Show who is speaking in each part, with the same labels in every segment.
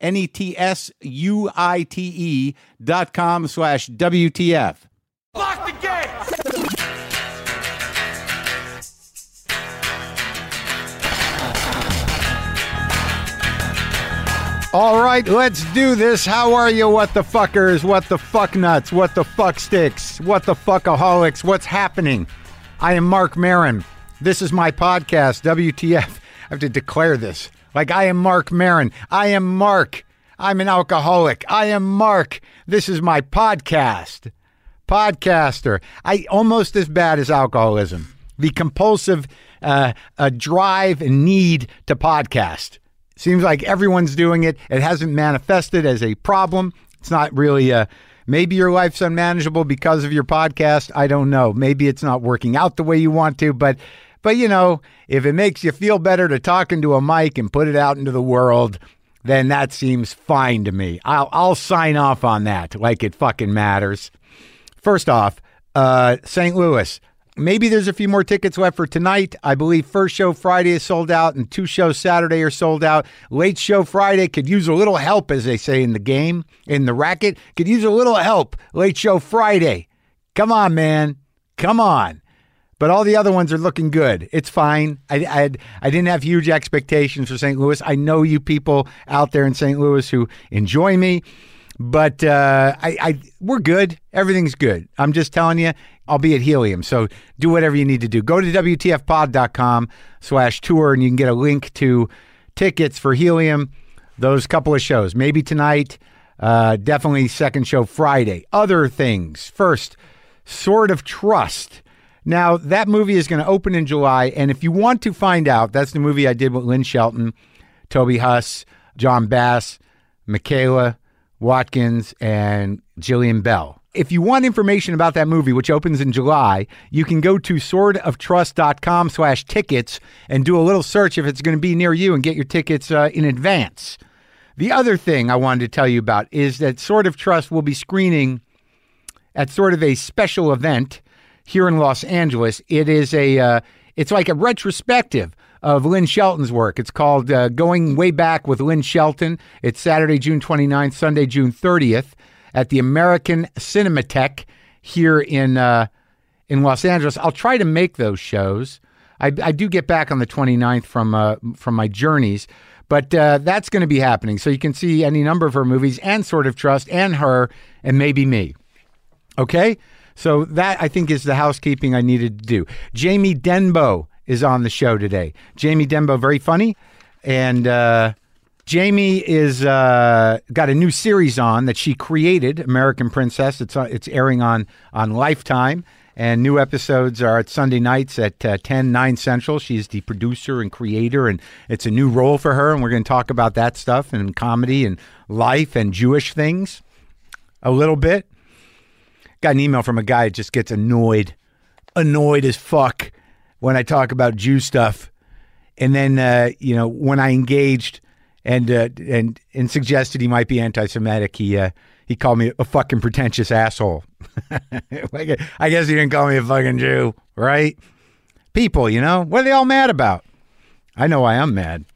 Speaker 1: N E T S U I T E dot com slash WTF.
Speaker 2: Lock the gate!
Speaker 1: All right, let's do this. How are you, what the fuckers, what the fuck nuts, what the fuck sticks, what the fuckaholics, what's happening? I am Mark Marin. This is my podcast, WTF. I have to declare this. Like, I am Mark Marin. I am Mark. I'm an alcoholic. I am Mark. This is my podcast podcaster. I almost as bad as alcoholism. The compulsive uh, uh, drive and need to podcast. Seems like everyone's doing it. It hasn't manifested as a problem. It's not really a. Maybe your life's unmanageable because of your podcast. I don't know. Maybe it's not working out the way you want to, but but you know, if it makes you feel better to talk into a mic and put it out into the world, then that seems fine to me. I'll I'll sign off on that like it fucking matters. First off, uh, St. Louis. Maybe there's a few more tickets left for tonight. I believe first show Friday is sold out and two shows Saturday are sold out. Late show Friday could use a little help, as they say in the game, in the racket. Could use a little help. Late show Friday. Come on, man. Come on. But all the other ones are looking good. It's fine. I, I, I didn't have huge expectations for St. Louis. I know you people out there in St. Louis who enjoy me, but uh, I, I we're good. Everything's good. I'm just telling you, I'll be at Helium. So do whatever you need to do. Go to WTFpod.com slash tour and you can get a link to tickets for Helium, those couple of shows. Maybe tonight, uh, definitely second show Friday. Other things. First, Sword of Trust. Now, that movie is going to open in July. And if you want to find out, that's the movie I did with Lynn Shelton, Toby Huss, John Bass, Michaela Watkins, and Jillian Bell. If you want information about that movie, which opens in July, you can go to swordoftrust.com slash tickets and do a little search if it's going to be near you and get your tickets uh, in advance. The other thing I wanted to tell you about is that Sword of Trust will be screening at sort of a special event here in Los Angeles. It is a uh, it's like a retrospective of Lynn Shelton's work. It's called uh, Going Way Back with Lynn Shelton. It's Saturday, June 29th, Sunday, June 30th at the American Cinematheque here in uh, in Los Angeles. I'll try to make those shows. I, I do get back on the 29th from uh, from my journeys, but uh, that's going to be happening. So you can see any number of her movies and Sort of Trust and her and maybe me. Okay? So that I think is the housekeeping I needed to do. Jamie Denbo is on the show today. Jamie Denbo, very funny. And uh, Jamie is uh, got a new series on that she created, American Princess. It's on, it's airing on on Lifetime, and new episodes are at Sunday nights at uh, 10 9 central. She's the producer and creator, and it's a new role for her. And we're going to talk about that stuff and comedy and life and Jewish things a little bit got an email from a guy that just gets annoyed, annoyed as fuck when I talk about Jew stuff. And then, uh, you know, when I engaged and uh, and and suggested he might be anti-Semitic, he uh, he called me a fucking pretentious asshole. like, I guess he didn't call me a fucking Jew, right? People, you know, what are they all mad about? I know why I'm mad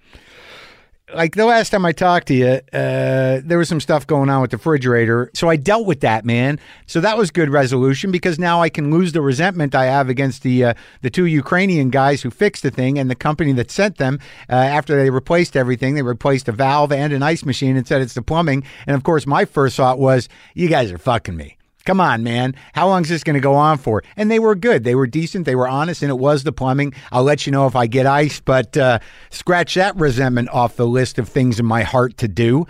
Speaker 1: like the last time I talked to you, uh, there was some stuff going on with the refrigerator. So I dealt with that, man. So that was good resolution because now I can lose the resentment I have against the uh, the two Ukrainian guys who fixed the thing and the company that sent them. Uh, after they replaced everything, they replaced a valve and an ice machine and said it's the plumbing. And of course, my first thought was, "You guys are fucking me." Come on, man. How long is this going to go on for? And they were good. They were decent. They were honest, and it was the plumbing. I'll let you know if I get ice, but uh, scratch that resentment off the list of things in my heart to do.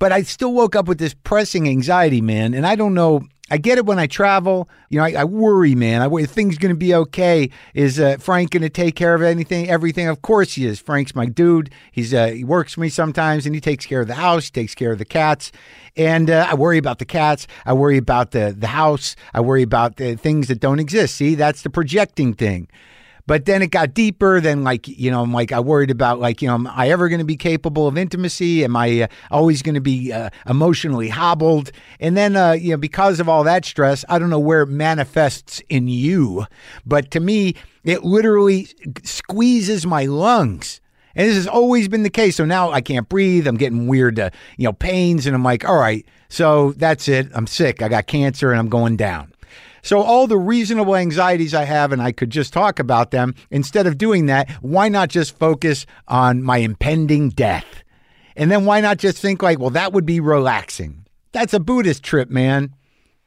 Speaker 1: But I still woke up with this pressing anxiety, man. And I don't know. I get it when I travel. You know, I, I worry, man. I worry, things going to be okay. Is uh, Frank going to take care of anything, everything? Of course he is. Frank's my dude. He's uh, he works for me sometimes, and he takes care of the house, takes care of the cats. And uh, I worry about the cats. I worry about the the house. I worry about the things that don't exist. See, that's the projecting thing. But then it got deeper. Then, like, you know, I'm like, I worried about, like, you know, am I ever going to be capable of intimacy? Am I uh, always going to be uh, emotionally hobbled? And then, uh, you know, because of all that stress, I don't know where it manifests in you. But to me, it literally squeezes my lungs. And this has always been the case. So now I can't breathe. I'm getting weird, uh, you know, pains. And I'm like, all right, so that's it. I'm sick. I got cancer and I'm going down. So, all the reasonable anxieties I have, and I could just talk about them, instead of doing that, why not just focus on my impending death? And then why not just think, like, well, that would be relaxing? That's a Buddhist trip, man.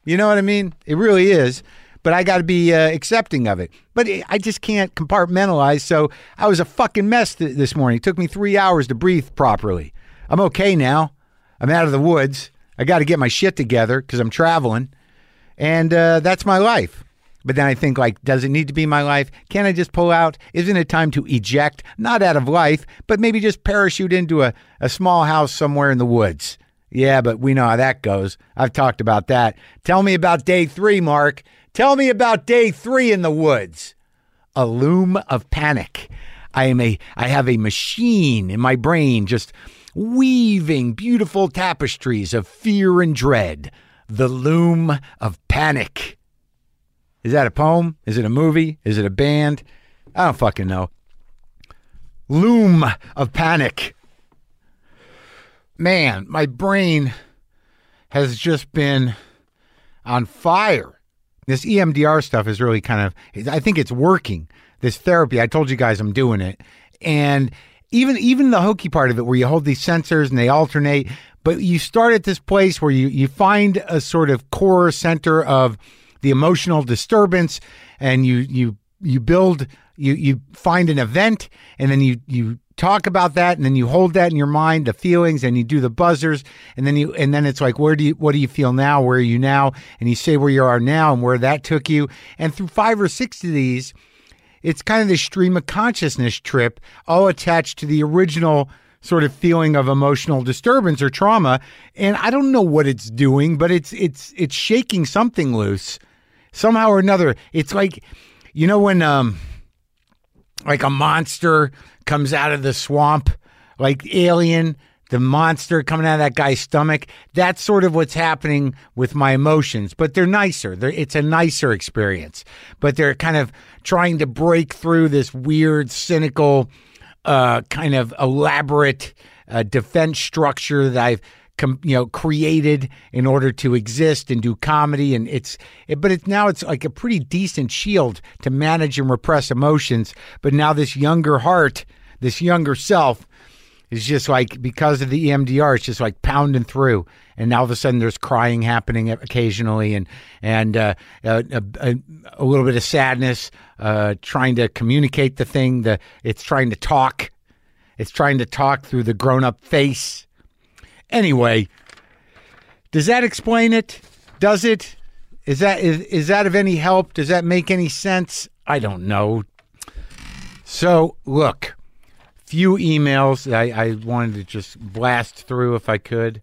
Speaker 1: You know what I mean? It really is. But I got to be uh, accepting of it. But it, I just can't compartmentalize. So I was a fucking mess th- this morning. It took me three hours to breathe properly. I'm okay now. I'm out of the woods. I got to get my shit together because I'm traveling and uh, that's my life. But then I think like, does it need to be my life? Can I just pull out? Isn't it time to eject, not out of life, but maybe just parachute into a, a small house somewhere in the woods? Yeah, but we know how that goes. I've talked about that. Tell me about day three, Mark. Tell me about day three in the woods. A loom of panic. I am a I have a machine in my brain just weaving beautiful tapestries of fear and dread. The Loom of Panic. Is that a poem? Is it a movie? Is it a band? I don't fucking know. Loom of Panic. Man, my brain has just been on fire. This E EMDR stuff is really kind of I think it's working. This therapy, I told you guys I'm doing it. And even even the hokey part of it where you hold these sensors and they alternate but you start at this place where you you find a sort of core center of the emotional disturbance and you you you build you you find an event and then you you talk about that and then you hold that in your mind the feelings and you do the buzzers and then you and then it's like where do you what do you feel now where are you now and you say where you are now and where that took you and through five or six of these it's kind of this stream of consciousness trip all attached to the original sort of feeling of emotional disturbance or trauma and i don't know what it's doing but it's it's it's shaking something loose somehow or another it's like you know when um like a monster comes out of the swamp like alien the monster coming out of that guy's stomach that's sort of what's happening with my emotions but they're nicer they're, it's a nicer experience but they're kind of trying to break through this weird cynical uh, kind of elaborate uh, defense structure that I've com- you know created in order to exist and do comedy and it's it, but it's now it's like a pretty decent shield to manage and repress emotions but now this younger heart this younger self is just like because of the E EMDR it's just like pounding through and now all of a sudden there's crying happening occasionally and and uh, a, a, a little bit of sadness uh, trying to communicate the thing the it's trying to talk it's trying to talk through the grown-up face anyway does that explain it does it is that is, is that of any help does that make any sense i don't know so look few emails I, I wanted to just blast through if i could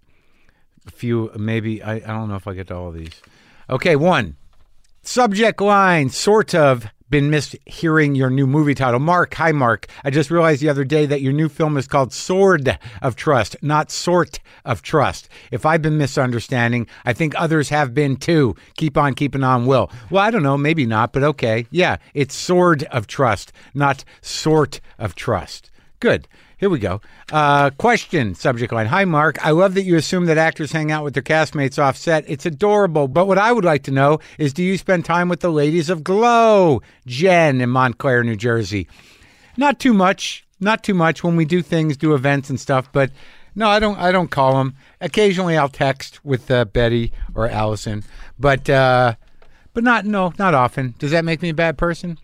Speaker 1: a few maybe I, I don't know if I get to all of these. Okay, one. Subject line sort of been mishearing your new movie title. Mark, hi Mark. I just realized the other day that your new film is called Sword of Trust, not Sort of Trust. If I've been misunderstanding, I think others have been too. Keep on keeping on, Will. Well, I don't know, maybe not, but okay. Yeah, it's Sword of Trust, not Sort of Trust. Good. Here we go. Uh, question subject line. Hi, Mark. I love that you assume that actors hang out with their castmates off set. It's adorable. But what I would like to know is do you spend time with the ladies of Glow, Jen in Montclair, New Jersey? Not too much. Not too much when we do things, do events and stuff, but No, I don't. I don't call them. Occasionally, I'll text with uh, Betty or Allison, but uh, but not no, not often. Does that make me a bad person?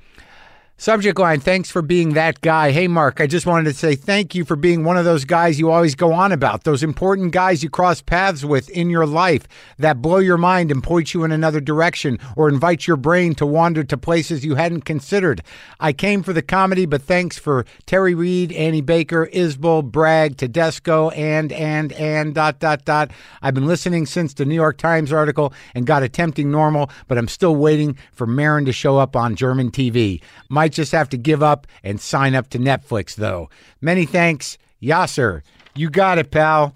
Speaker 1: Subject line: Thanks for being that guy. Hey, Mark, I just wanted to say thank you for being one of those guys you always go on about. Those important guys you cross paths with in your life that blow your mind and point you in another direction, or invite your brain to wander to places you hadn't considered. I came for the comedy, but thanks for Terry Reed, Annie Baker, Isbel, Bragg, Tedesco, and and and dot dot dot. I've been listening since the New York Times article and got a tempting normal, but I'm still waiting for Marin to show up on German TV. Might just have to give up and sign up to Netflix though. Many thanks, Yasser. You got it, pal.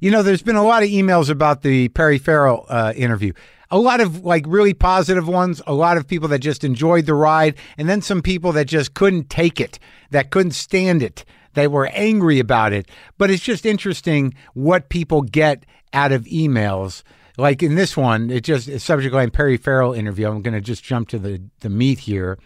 Speaker 1: You know, there's been a lot of emails about the Perry Farrell uh, interview. A lot of like really positive ones, a lot of people that just enjoyed the ride, and then some people that just couldn't take it, that couldn't stand it, that were angry about it. But it's just interesting what people get out of emails. Like in this one, it just it's subject line Perry Farrell interview. I'm going to just jump to the, the meat here.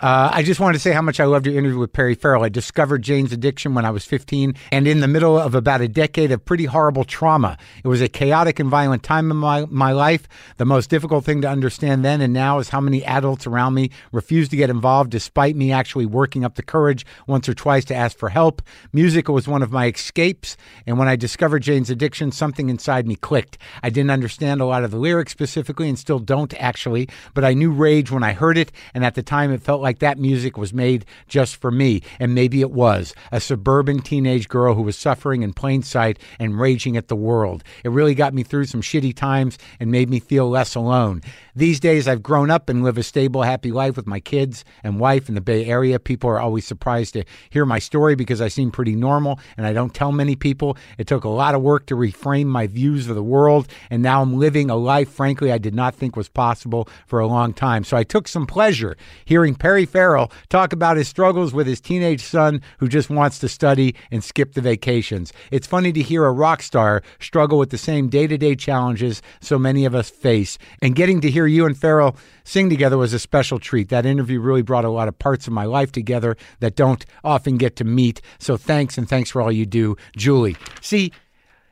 Speaker 1: Uh, I just wanted to say how much I loved your interview with Perry Farrell. I discovered Jane's addiction when I was 15 and in the middle of about a decade of pretty horrible trauma. It was a chaotic and violent time in my, my life. The most difficult thing to understand then and now is how many adults around me refused to get involved despite me actually working up the courage once or twice to ask for help. Music was one of my escapes. And when I discovered Jane's addiction, something inside me clicked. I didn't understand a lot of the lyrics specifically and still don't actually, but I knew rage when I heard it. And at the time, it felt like that music was made just for me. And maybe it was a suburban teenage girl who was suffering in plain sight and raging at the world. It really got me through some shitty times and made me feel less alone. These days, I've grown up and live a stable, happy life with my kids and wife in the Bay Area. People are always surprised to hear my story because I seem pretty normal and I don't tell many people. It took a lot of work to reframe my views of the world, and now I'm living a life, frankly, I did not think was possible for a long time. So I took some pleasure hearing Perry Farrell talk about his struggles with his teenage son who just wants to study and skip the vacations. It's funny to hear a rock star struggle with the same day to day challenges so many of us face. And getting to hear you and Farrell sing together was a special treat. That interview really brought a lot of parts of my life together that don't often get to meet. So thanks and thanks for all you do, Julie. See,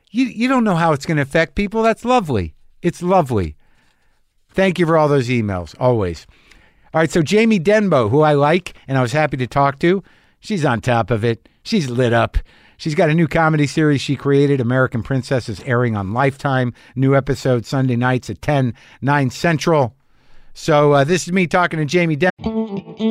Speaker 1: you, you don't know how it's going to affect people. That's lovely. It's lovely. Thank you for all those emails, always. All right, so Jamie Denbo, who I like and I was happy to talk to, she's on top of it. She's lit up. She's got a new comedy series she created, American Princess, is airing on Lifetime. New episode Sunday nights at 10, 9 Central. So uh, this is me talking to Jamie Denbo.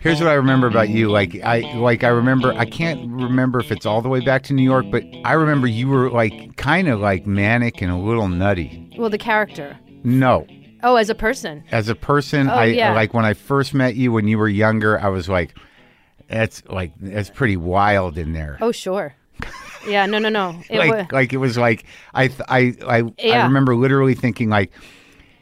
Speaker 1: Here's what I remember about you. Like I like I remember I can't remember if it's all the way back to New York, but I remember you were like kind of like manic and a little nutty.
Speaker 3: Well, the character.
Speaker 1: No.
Speaker 3: Oh, as a person.
Speaker 1: As a person,
Speaker 3: Oh,
Speaker 1: I
Speaker 3: yeah.
Speaker 1: like when I first met you when you were younger, I was like that's like that's pretty wild in there.
Speaker 3: Oh, sure. Yeah, no, no, no. It
Speaker 1: like
Speaker 3: wa-
Speaker 1: like it was like I th- I I, I
Speaker 3: Yeah.
Speaker 1: remember literally thinking like,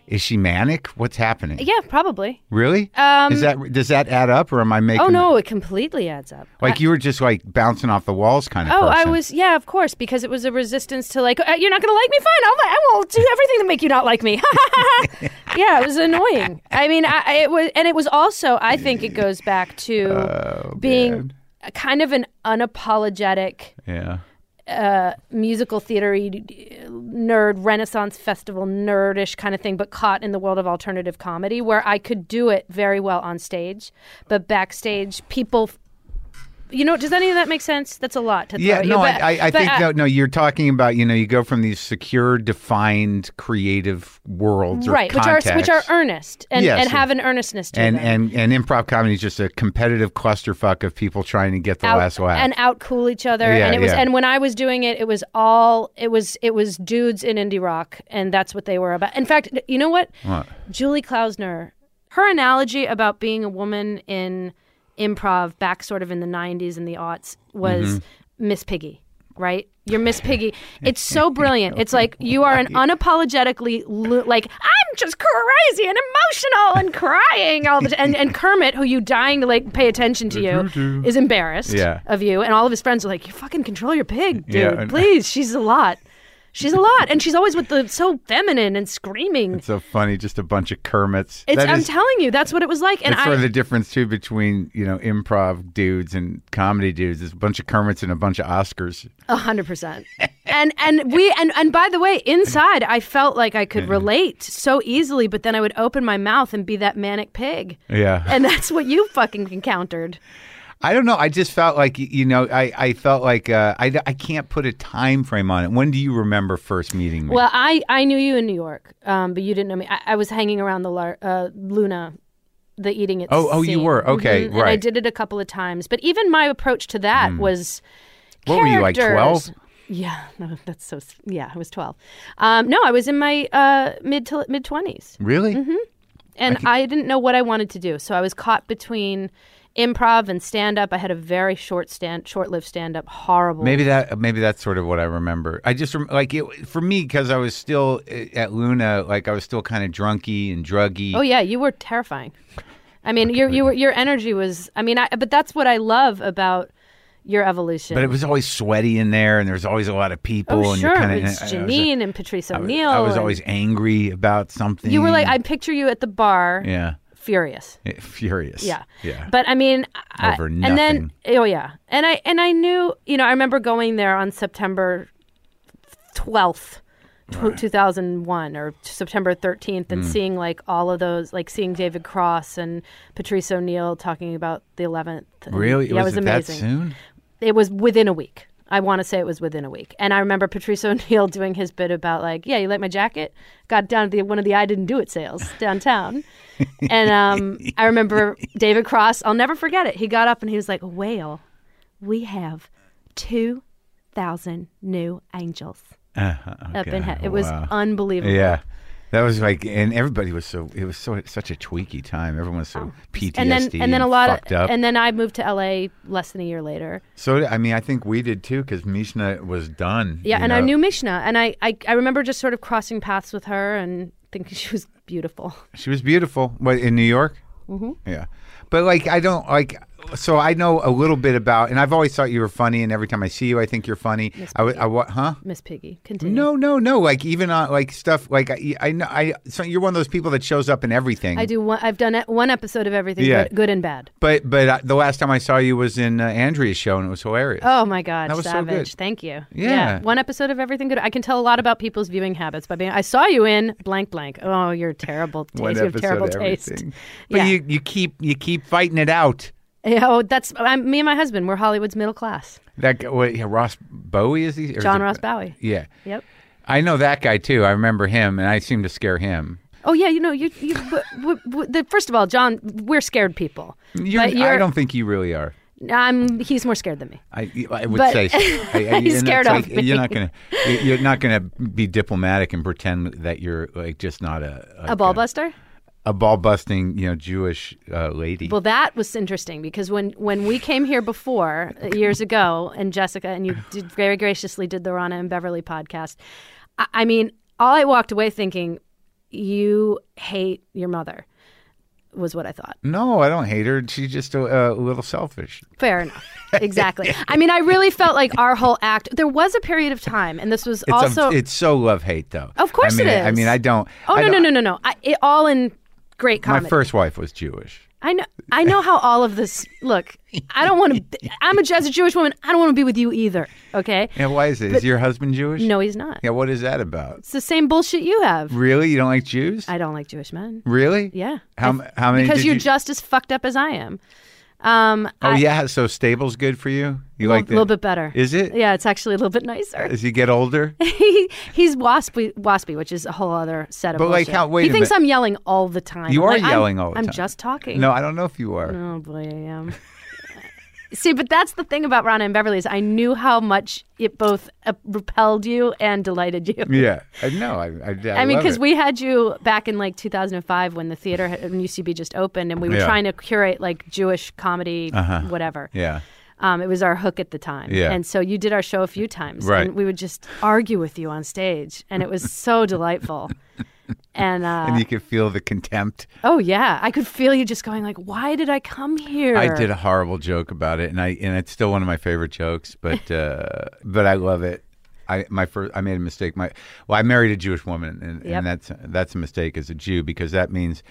Speaker 1: is she manic? What's happening?
Speaker 3: yeah, probably.
Speaker 1: Really?
Speaker 3: Um,
Speaker 1: Is that does that add up, or am I making?
Speaker 3: Oh no, it completely adds up.
Speaker 1: Like you were just like bouncing off the walls, kind of.
Speaker 3: Oh, I
Speaker 1: person.
Speaker 3: was yeah, of course, because it was a resistance to like uh, you're not going to like me. Fine, I'll, I will do everything to make you not like me. yeah, it was annoying. I mean, I, I- it was, and it was also I think it goes
Speaker 1: Oh,
Speaker 3: back to being a kind of an unapologetic
Speaker 1: Yeah.
Speaker 3: uh, musical theater nerd, Renaissance festival nerdish kind of thing, but caught in the world of alternative comedy, where I could do it very well on stage, but backstage people. You know, does any of that make sense? That's a lot to throw
Speaker 2: Yeah,
Speaker 3: at you,
Speaker 2: no,
Speaker 3: but-
Speaker 2: I, I, I
Speaker 3: but
Speaker 2: think though no, you're talking about you know you go from these secure, defined, creative worlds, or
Speaker 3: right, which are which
Speaker 2: contexts,
Speaker 3: are earnest and,
Speaker 2: Yes,
Speaker 3: and have
Speaker 2: and-
Speaker 3: an earnestness to
Speaker 2: and
Speaker 3: them.
Speaker 2: and and improv comedy is just a competitive clusterfuck of people trying to get the
Speaker 3: out-
Speaker 2: last laugh.
Speaker 3: and out cool each other.
Speaker 2: Yeah,
Speaker 3: and it was
Speaker 2: yeah.
Speaker 3: and when I was doing it, it was all it was it was dudes in indie rock, and that's what they were about. In fact, you know what?
Speaker 2: What?
Speaker 3: Julie Klausner, her analogy about being a woman in improv back sort of in the '90s and the aughts was
Speaker 2: Mm-hmm.
Speaker 3: Miss Piggy. Right, you're Miss Piggy. It's so brilliant. It's like you are an unapologetically lo- like I'm just crazy and emotional and crying all the time. And, and Kermit, who you dying to like pay attention to you, is embarrassed
Speaker 2: Yeah.
Speaker 3: of you, and all of his friends are like, "You fucking control your pig, dude.
Speaker 2: Yeah, and-
Speaker 3: Please, she's a lot. She's a lot, and she's always with the so feminine and screaming. It's,
Speaker 2: so funny, just a bunch of Kermits. That
Speaker 3: I'm
Speaker 2: is-
Speaker 3: telling you, that's what it was like. And
Speaker 2: That's sort of
Speaker 3: I,
Speaker 2: the difference too between you know improv dudes and comedy dudes. There's a bunch of Kermits and a bunch of Oscars.
Speaker 3: a hundred percent. And and we and and by the way, inside, I felt like I
Speaker 2: Mm-hmm.
Speaker 3: could relate so easily, but then I would open my mouth and be that manic pig.
Speaker 2: Yeah,
Speaker 3: And that's what you fucking encountered.
Speaker 2: I don't know. I just felt like y- you know I, I felt like uh, I I can't put a time frame on it. When do you remember first meeting me?
Speaker 3: Well, I, I knew you in New York, um, but you didn't know me. I, I was hanging around the Lar- uh, Luna, the eating it.
Speaker 2: Oh, oh, you
Speaker 3: scene.
Speaker 2: were. Okay,
Speaker 3: Mhm. And I
Speaker 2: right. Mm.
Speaker 3: did it a couple of times, but even my approach to that was.
Speaker 2: What were you, like,
Speaker 3: characters.
Speaker 2: 12?
Speaker 3: Yeah, no, that's so. s- Yeah, I was twelve. Um, no, I was in my uh, mid to mid twenties,
Speaker 2: really?
Speaker 3: mm-hmm. and I, didn't know what I wanted to do, so I was caught between improv and stand up. I had a very short stand, short lived stand up, horrible.
Speaker 2: Maybe that maybe that's sort of what I remember. I just rem- like it for me because I was still uh, at Luna, like I was still kind of drunky and druggy.
Speaker 3: Oh yeah, you were terrifying. I mean, your your your energy was. I mean, I, but that's what I love about your evolution.
Speaker 2: But it was always sweaty in there, and there was always a lot of people.
Speaker 3: oh
Speaker 2: and
Speaker 3: sure,
Speaker 2: you're uh, kind of
Speaker 3: it's Janine and Patrice O'Neill.
Speaker 2: I was
Speaker 3: and-
Speaker 2: always angry about something.
Speaker 3: You were like, I picture you at the bar,
Speaker 2: yeah,
Speaker 3: furious.
Speaker 2: Eh, furious.
Speaker 3: Yeah,
Speaker 2: yeah.
Speaker 3: But I mean, I,
Speaker 2: Over
Speaker 3: and then oh yeah, and I and I knew. You know, I remember going there on September twelfth. 2001 or September 13th,
Speaker 2: Hmm.
Speaker 3: and seeing like all of those, like seeing David Cross and Patrice O'Neill talking about the 11th. and-
Speaker 2: really,
Speaker 3: Yeah, it was
Speaker 2: it
Speaker 3: amazing.
Speaker 2: that soon.
Speaker 3: it was within a week. I want to say it was within a week. And I remember Patrice O'Neill doing his bit about like, yeah, you like my jacket? Got down to the one of the I didn't do it sales downtown. and um, I remember David Cross, I'll never forget it. He got up and he was like, "Well, we have 2,000 new angels up in heaven." It was
Speaker 2: Uh-huh, oh wow.
Speaker 3: unbelievable.
Speaker 2: Yeah. That was like, and everybody was so. It was so such a tweaky time. Everyone was so PTSD
Speaker 3: Oh. And then and then a lot
Speaker 2: fucked
Speaker 3: of
Speaker 2: up.
Speaker 3: and then I moved to LA less than a year later.
Speaker 2: so I mean, I think we did too because Mishna was done.
Speaker 3: Yeah,
Speaker 2: you
Speaker 3: and I
Speaker 2: know.
Speaker 3: knew Mishna, and I, I I remember just sort of crossing paths with her and thinking she was beautiful.
Speaker 2: she was beautiful. What in New York? Mm-hmm. Yeah, but like I don't like. So I know a little bit about, and I've always thought you were funny. And every time I see you, I think you're funny. I, w- I wa- huh?
Speaker 3: Miss Piggy, continue.
Speaker 2: No, no, no. Like even on like stuff like I, I know I. So you're one of those people that shows up in everything.
Speaker 3: I do one. I've done it- one episode of everything,
Speaker 2: Yeah.
Speaker 3: good, good and bad.
Speaker 2: But but uh, the last time I saw you was in uh, Andrea's show, and it was hilarious.
Speaker 3: Oh my God,
Speaker 2: That was so
Speaker 3: savage!
Speaker 2: good.
Speaker 3: Thank you.
Speaker 2: Yeah.
Speaker 3: one episode of everything good. I can tell a lot about people's viewing habits by being. I saw you in blank blank. Oh, you're terrible taste.
Speaker 2: One
Speaker 3: you have
Speaker 2: episode
Speaker 3: terrible
Speaker 2: of
Speaker 3: taste.
Speaker 2: everything. But
Speaker 3: Yeah.
Speaker 2: you you keep you keep fighting it out.
Speaker 3: Yeah, Oh, that's I'm, me and my husband. We're Hollywood's middle class.
Speaker 2: That guy, what, yeah, Ross Bowie is he? Or is
Speaker 3: John
Speaker 2: it-
Speaker 3: Ross Bowie.
Speaker 2: Yeah,
Speaker 3: Yep.
Speaker 2: I know that guy too. I remember him, and I seem to scare him.
Speaker 3: Oh yeah, you know you. you w- w- w- the, first of all, John, we're scared people.
Speaker 2: You're,
Speaker 3: But you're-
Speaker 2: I don't think you really are.
Speaker 3: I'm. He's more scared than me.
Speaker 2: I, I would
Speaker 3: But-
Speaker 2: say so. I- I-
Speaker 3: He's
Speaker 2: and it's
Speaker 3: scared of me.
Speaker 2: You're not gonna you- you're not gonna be diplomatic and pretend that you're like just not a like,
Speaker 3: A ball buster.
Speaker 2: a ball busting you know Jewish uh, lady.
Speaker 3: Well, that was interesting because when when we came here before uh, years ago, and Jessica and you did very graciously did the Rana and Beverly podcast. I, I mean, all I walked away thinking, you hate your mother, was what I thought.
Speaker 2: no, I don't hate her. She's just a, a little selfish.
Speaker 3: Fair enough. Exactly. I mean, I really felt like our whole act. There was a period of time, and this was
Speaker 2: It's
Speaker 3: also.
Speaker 2: a, it's so love hate though.
Speaker 3: Of course
Speaker 2: I mean,
Speaker 3: it
Speaker 2: I
Speaker 3: is.
Speaker 2: mean, I don't.
Speaker 3: oh
Speaker 2: I
Speaker 3: no no
Speaker 2: don't-
Speaker 3: no no no! I, it, all in great
Speaker 2: My
Speaker 3: comedy.
Speaker 2: first wife was Jewish.
Speaker 3: I know. I know how all of this. Look, I don't want to. I'm a as a Jewish woman. I don't want to be with you either. Okay.
Speaker 2: Yeah, why is it? Is your husband Jewish?
Speaker 3: No, he's not.
Speaker 2: Yeah, what is that about?
Speaker 3: It's the same bullshit you have.
Speaker 2: Really? You don't like Jews?
Speaker 3: I don't like Jewish men.
Speaker 2: really?
Speaker 3: Yeah.
Speaker 2: How m- how many
Speaker 3: Because
Speaker 2: did
Speaker 3: you're
Speaker 2: you-
Speaker 3: just as fucked up as I am. Um,
Speaker 2: Oh
Speaker 3: I-
Speaker 2: yeah, so stable's good for you. You like
Speaker 3: a
Speaker 2: that?
Speaker 3: little bit better.
Speaker 2: Is it?
Speaker 3: Yeah, it's actually a little bit nicer.
Speaker 2: As you get older,
Speaker 3: he he's waspy, waspy, which is a whole other set of.
Speaker 2: But, like,
Speaker 3: bullshit.
Speaker 2: how- wait
Speaker 3: he
Speaker 2: a
Speaker 3: thinks
Speaker 2: minute.
Speaker 3: I'm yelling all the time.
Speaker 2: you
Speaker 3: I'm
Speaker 2: are
Speaker 3: like, I'm-
Speaker 2: yelling all the time.
Speaker 3: I'm just talking.
Speaker 2: No, I don't know if you are.
Speaker 3: Oh boy, I am. See, but that's the thing about Rana and Beverly is I knew how much it both uh, repelled you and delighted you.
Speaker 2: Yeah, I know. I, I, I,
Speaker 3: I mean,
Speaker 2: because
Speaker 3: because we had you back in like 2005 when the theater had, in UCB just opened, and we were
Speaker 2: Yeah. Uh-huh.
Speaker 3: trying to curate like Jewish comedy, whatever.
Speaker 2: Yeah.
Speaker 3: Um, it was our hook at the time,
Speaker 2: Yeah.
Speaker 3: and so you did our show a few times,
Speaker 2: Right.
Speaker 3: and we would just argue with you on stage, and it was so delightful. And, uh,
Speaker 2: And you could feel the contempt.
Speaker 3: oh yeah, I could feel you just going like, "Why did I come here?"
Speaker 2: I did a horrible joke about it, and I and it's still one of my favorite jokes. But uh, but I love it. I my first I made a mistake. My well, I married a Jewish woman, and,
Speaker 3: Yep.
Speaker 2: and that's that's a mistake as a Jew because that means.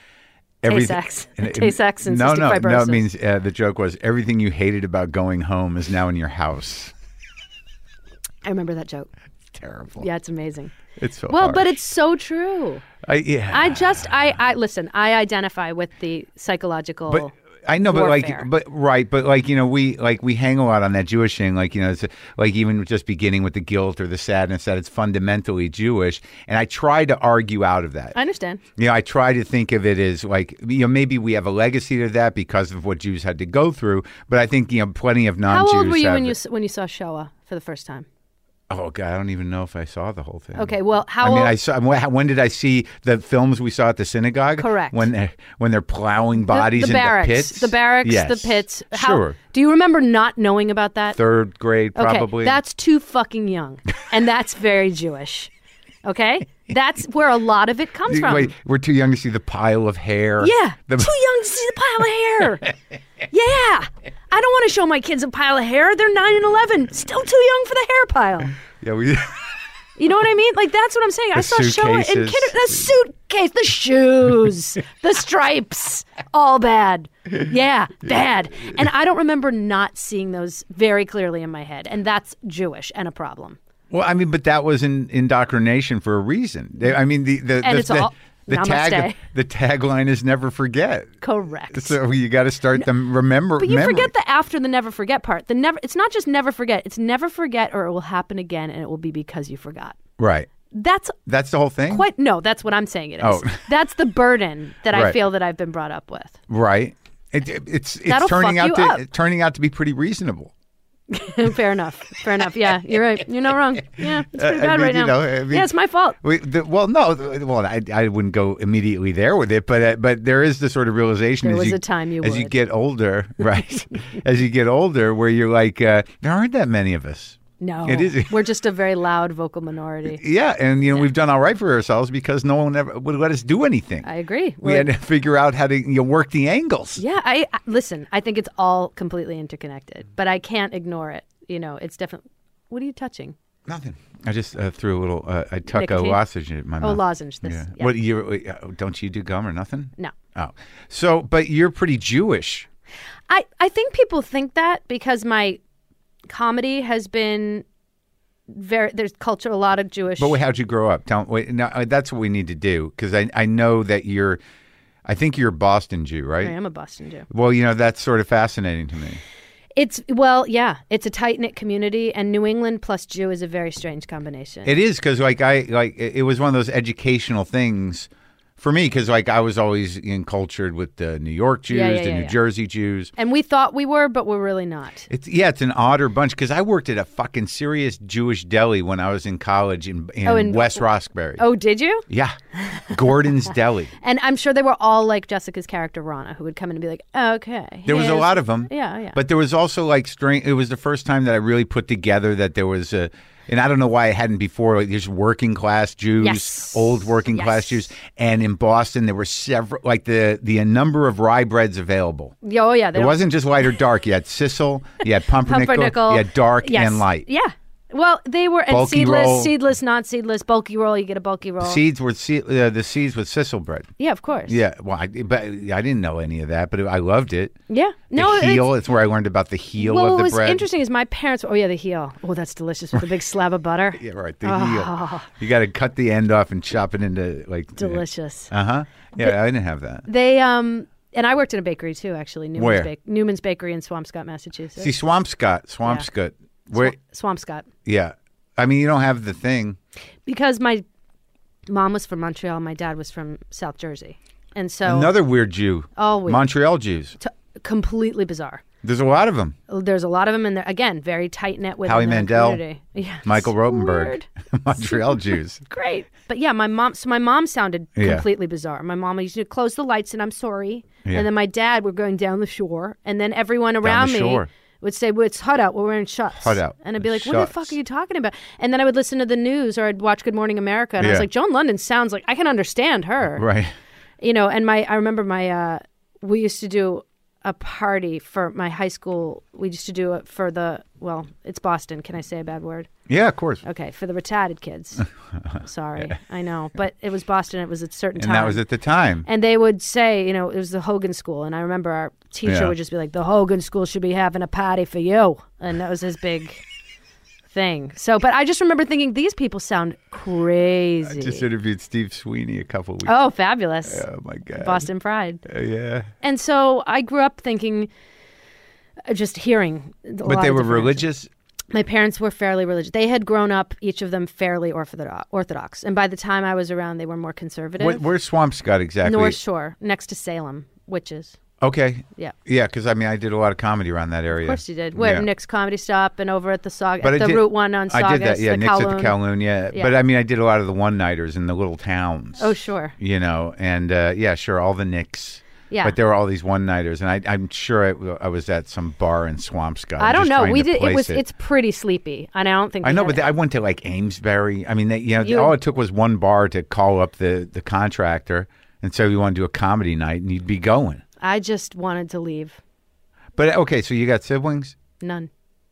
Speaker 3: Tay-Sachs. Tay-Sachs and
Speaker 2: no,
Speaker 3: cystic
Speaker 2: no, no. It
Speaker 3: fibrosis.
Speaker 2: means uh, the joke was everything you hated about going home is now in your house.
Speaker 3: I remember that joke.
Speaker 2: Terrible.
Speaker 3: Yeah, it's amazing.
Speaker 2: it's so
Speaker 3: Well, but
Speaker 2: harsh. Ah.
Speaker 3: it's so true.
Speaker 2: I, yeah.
Speaker 3: I just, I, I listen. I identify with the psychological.
Speaker 2: but I know,
Speaker 3: warfare.
Speaker 2: but like, but right, but like you know, we like we hang a lot on that Jewish thing. Like you know, it's like even just beginning with the guilt or the sadness that it's fundamentally Jewish, and I try to argue out of that.
Speaker 3: I understand.
Speaker 2: you know, I try to think of it as like you know maybe we have a legacy to that because of what Jews had to go through, but I think you know plenty of non-Jews.
Speaker 3: How old were you
Speaker 2: have
Speaker 3: when you
Speaker 2: it.
Speaker 3: s- when you saw Shoah for the first time?
Speaker 2: Oh God, I don't even know if I saw the whole thing.
Speaker 3: Okay, well, how
Speaker 2: I mean,
Speaker 3: old?
Speaker 2: I saw. When when did I see the films we saw at the synagogue?
Speaker 3: Correct.
Speaker 2: When they're when they're plowing
Speaker 3: the-
Speaker 2: bodies
Speaker 3: the,
Speaker 2: in
Speaker 3: barracks,
Speaker 2: the pits.
Speaker 3: barracks,
Speaker 2: Yes.
Speaker 3: the pits. How,
Speaker 2: sure.
Speaker 3: Do you remember not knowing about that?
Speaker 2: Third grade, probably.
Speaker 3: Okay, that's too fucking young, and that's very Jewish. Okay, that's where a lot of it comes from.
Speaker 2: Wait, we're too young to see the pile of hair.
Speaker 3: Yeah.
Speaker 2: The-
Speaker 3: Too young to see the pile of hair. yeah. I don't want to show my kids a pile of hair. They're 9 and 11. Still too young for the hair pile.
Speaker 2: yeah, we.
Speaker 3: You know what I mean? Like, that's what I'm saying. I saw Shoah in
Speaker 2: suitcases.
Speaker 3: kid. The suitcase, the shoes, the stripes. All bad. Yeah, bad. And I don't remember not seeing those very clearly in my head. And that's Jewish and a problem.
Speaker 2: Well, I mean, but that was in, indoctrination for a reason. They- I mean, the the
Speaker 3: And
Speaker 2: the,
Speaker 3: it's
Speaker 2: the,
Speaker 3: all-
Speaker 2: the
Speaker 3: Namaste.
Speaker 2: tag the tagline is never forget.
Speaker 3: Correct.
Speaker 2: So you got to start them remember.
Speaker 3: But you forget the after the never forget part. The never it's not just never forget, it's never forget or it will happen again and it will be because you forgot.
Speaker 2: right.
Speaker 3: That's
Speaker 2: That's the whole thing.
Speaker 3: quite no, that's what I'm saying it is.
Speaker 2: Oh.
Speaker 3: That's the burden that I
Speaker 2: Right.
Speaker 3: feel that I've been brought up with.
Speaker 2: Right. It, it- it's it's
Speaker 3: That'll
Speaker 2: turning
Speaker 3: fuck
Speaker 2: out
Speaker 3: you
Speaker 2: to
Speaker 3: up.
Speaker 2: turning out to be pretty reasonable.
Speaker 3: Fair enough. Fair enough. Yeah, you're right. You're not wrong. Yeah, it's pretty
Speaker 2: Uh, I
Speaker 3: bad
Speaker 2: mean,
Speaker 3: right
Speaker 2: you
Speaker 3: now.
Speaker 2: know, I mean-
Speaker 3: yeah, it's my fault.
Speaker 2: We, the, well, no, the- well, I, I wouldn't go immediately there with it, but uh, but there is the sort of realization
Speaker 3: There
Speaker 2: as
Speaker 3: was
Speaker 2: you
Speaker 3: a time you
Speaker 2: as you
Speaker 3: would.
Speaker 2: get older, right? as you get older, where you're like, uh, there aren't that many of us.
Speaker 3: No.
Speaker 2: It is-
Speaker 3: We're just a very loud vocal minority.
Speaker 2: Yeah, and you know we've done all right for ourselves because no one ever would let us do anything.
Speaker 3: I agree.
Speaker 2: we
Speaker 3: We're-
Speaker 2: had to figure out how to you know, work the angles.
Speaker 3: Yeah, I I- listen. I think it's all completely interconnected, but I can't ignore it. You know, it's definitely. What are you touching?
Speaker 2: Nothing. I just uh, threw a little. Uh, I tuck a
Speaker 3: Nicotine?
Speaker 2: lozenge in my
Speaker 3: Oh,
Speaker 2: mouth.
Speaker 3: lozenge. This.
Speaker 2: Ah. Yeah.
Speaker 3: yeah.
Speaker 2: What you uh, don't you do gum or nothing?
Speaker 3: No.
Speaker 2: Oh, so but you're pretty Jewish.
Speaker 3: I, I think people think that because my comedy has been very there's culture a lot of Jewish.
Speaker 2: But wait, how'd you grow up? Tell wait, no, uh, that's what we need to do because I I know that you're, I think you're a Boston Jew,
Speaker 3: I
Speaker 2: right?
Speaker 3: am a Boston Jew.
Speaker 2: Well, you know that's sort of fascinating to me.
Speaker 3: It's well, yeah, it's a tight knit community, and New England plus Jew is a very strange combination.
Speaker 2: It is because like I like it it was one of those educational things for me because like I was always in cultured with the New York Jews,
Speaker 3: Yeah, yeah,
Speaker 2: the
Speaker 3: yeah,
Speaker 2: New
Speaker 3: yeah.
Speaker 2: Jersey Jews.
Speaker 3: and we thought we were, but we're really not.
Speaker 2: It's yeah, it's an odder bunch because I worked at a fucking serious Jewish deli when I was in college in, in,
Speaker 3: Oh, in-
Speaker 2: West Roxbury.
Speaker 3: Oh, did you?
Speaker 2: Yeah, Gordon's Deli.
Speaker 3: And I'm sure they were all like Jessica's character Rana, who would come in and be like, "Okay."
Speaker 2: There was a
Speaker 3: here's-
Speaker 2: lot of them.
Speaker 3: Yeah, yeah.
Speaker 2: But there was also like string. It was the first time that I really put together that there was a, and I don't know why I hadn't before. Like there's working class Jews,
Speaker 3: Yes.
Speaker 2: old working class
Speaker 3: Yes.
Speaker 2: Jews, and in Boston there were several. Like the the number of rye breads available.
Speaker 3: Yeah, oh yeah, they
Speaker 2: It
Speaker 3: don't-
Speaker 2: wasn't just light or dark. You had sissel, you had pumpernickel,
Speaker 3: pumpernickel.
Speaker 2: you had dark
Speaker 3: Yes.
Speaker 2: and light.
Speaker 3: Yeah. Well, they were and
Speaker 2: Bulky
Speaker 3: seedless,
Speaker 2: roll.
Speaker 3: seedless, not seedless, bulky roll. You get a bulky roll.
Speaker 2: Seeds were se- uh, the seeds with sisel bread.
Speaker 3: yeah, of course.
Speaker 2: Yeah, well, I, but I didn't know any of that, but I loved it.
Speaker 3: Yeah.
Speaker 2: The
Speaker 3: No. it's-
Speaker 2: heel. It's where I learned about the heel
Speaker 3: well,
Speaker 2: of
Speaker 3: what
Speaker 2: the
Speaker 3: was
Speaker 2: bread.
Speaker 3: interesting is my parents. Oh yeah, the heel. Oh, that's delicious with a big slab of butter.
Speaker 2: Yeah, right. The heel. You got to cut the end off and chop it into like.
Speaker 3: Ah. Delicious.
Speaker 2: Uh huh. Yeah, I didn't have that.
Speaker 3: They um and I worked in a bakery too, actually. Newman's
Speaker 2: Where?
Speaker 3: Bak- Newman's Bakery in Swampscott, Massachusetts.
Speaker 2: See, Swampscott, Swampscott. Where?
Speaker 3: Swampscott,
Speaker 2: Yeah. I mean, you don't have the thing.
Speaker 3: because my mom was from Montreal, my dad was from South Jersey, and so
Speaker 2: Another weird Jew.
Speaker 3: Oh, weird.
Speaker 2: Montreal Jews.
Speaker 3: t- completely bizarre.
Speaker 2: There's a lot of them.
Speaker 3: There's a lot of them in there. Again, very tight knit with
Speaker 2: Howie Mandel,
Speaker 3: Community. Yeah,
Speaker 2: Michael
Speaker 3: it's
Speaker 2: Rotenberg,
Speaker 3: weird.
Speaker 2: Montreal Jews.
Speaker 3: Great, but yeah, my mom. So my mom sounded
Speaker 2: Yeah.
Speaker 3: completely bizarre. My mom used to close the lights, and I'm sorry.
Speaker 2: Yeah.
Speaker 3: And then my dad, we're going down the shore, and then everyone around me
Speaker 2: shore.
Speaker 3: would say, "Well, it's hot out. We're wearing shuts."
Speaker 2: Hot out.
Speaker 3: and I'd be like,
Speaker 2: It's
Speaker 3: "What
Speaker 2: shuts."
Speaker 3: the fuck are you talking about?" And then I would listen to the news, or I'd watch Good Morning America, and I
Speaker 2: Yeah.
Speaker 3: was like, "Joan London sounds like I can understand her."
Speaker 2: Right.
Speaker 3: you know and my i remember my uh we used to do a party for my high school we used to do it for the well it's boston can i say a bad word
Speaker 2: Yeah, of course.
Speaker 3: okay for the retarded kids sorry i know but it was boston it was at certain
Speaker 2: And
Speaker 3: time
Speaker 2: that was at the time.
Speaker 3: and they would say you know it was the hogan school and i remember our teacher
Speaker 2: Yeah.
Speaker 3: would just be like the hogan school should be having a party for you and that was his big thing so but i just remember thinking these people sound crazy
Speaker 2: Just interviewed Steve Sweeney a couple weeks.
Speaker 3: oh fabulous
Speaker 2: Oh my God.
Speaker 3: boston pride
Speaker 2: Uh, yeah.
Speaker 3: And so I grew up thinking, uh, just hearing. a lot
Speaker 2: But they
Speaker 3: of
Speaker 2: were
Speaker 3: different-
Speaker 2: religious.
Speaker 3: My parents were fairly religious. They had grown up, each of them fairly orthodox. orthodox. And by the time I was around, they were more conservative.
Speaker 2: What, where's Swampscott exactly?
Speaker 3: North Shore, next to Salem, witches.
Speaker 2: Okay.
Speaker 3: Yeah.
Speaker 2: Yeah, because I mean, I did a lot of comedy around that area.
Speaker 3: Of course you did. Where
Speaker 2: Yeah.
Speaker 3: Nick's Comedy Stop and over at the Sog-
Speaker 2: But I
Speaker 3: at the
Speaker 2: did-
Speaker 3: Route 1 on Saugus.
Speaker 2: I did that. Yeah,
Speaker 3: the
Speaker 2: Nick's at
Speaker 3: Kowloon.
Speaker 2: the Kowloon. Yeah.
Speaker 3: Yeah.
Speaker 2: but I mean, I did a lot of the one-nighters in the little towns.
Speaker 3: Oh, sure.
Speaker 2: You know, and uh, yeah, sure, all the Knicks.
Speaker 3: Yeah.
Speaker 2: But there were all these one-nighters, and I, I'm sure I, I was at some bar in Swampscott.
Speaker 3: I don't
Speaker 2: just
Speaker 3: know.
Speaker 2: trying
Speaker 3: We
Speaker 2: to
Speaker 3: did. It
Speaker 2: place
Speaker 3: was. It's pretty sleepy, and I don't think.
Speaker 2: I
Speaker 3: we
Speaker 2: know,
Speaker 3: had
Speaker 2: but
Speaker 3: it.
Speaker 2: I went to like Amesbury. I mean, they, you know,
Speaker 3: You-
Speaker 2: all it took was one bar to call up the the contractor and say we want to do a comedy night, and you'd be going.
Speaker 3: I just wanted to leave.
Speaker 2: But okay, so you got siblings.
Speaker 3: None.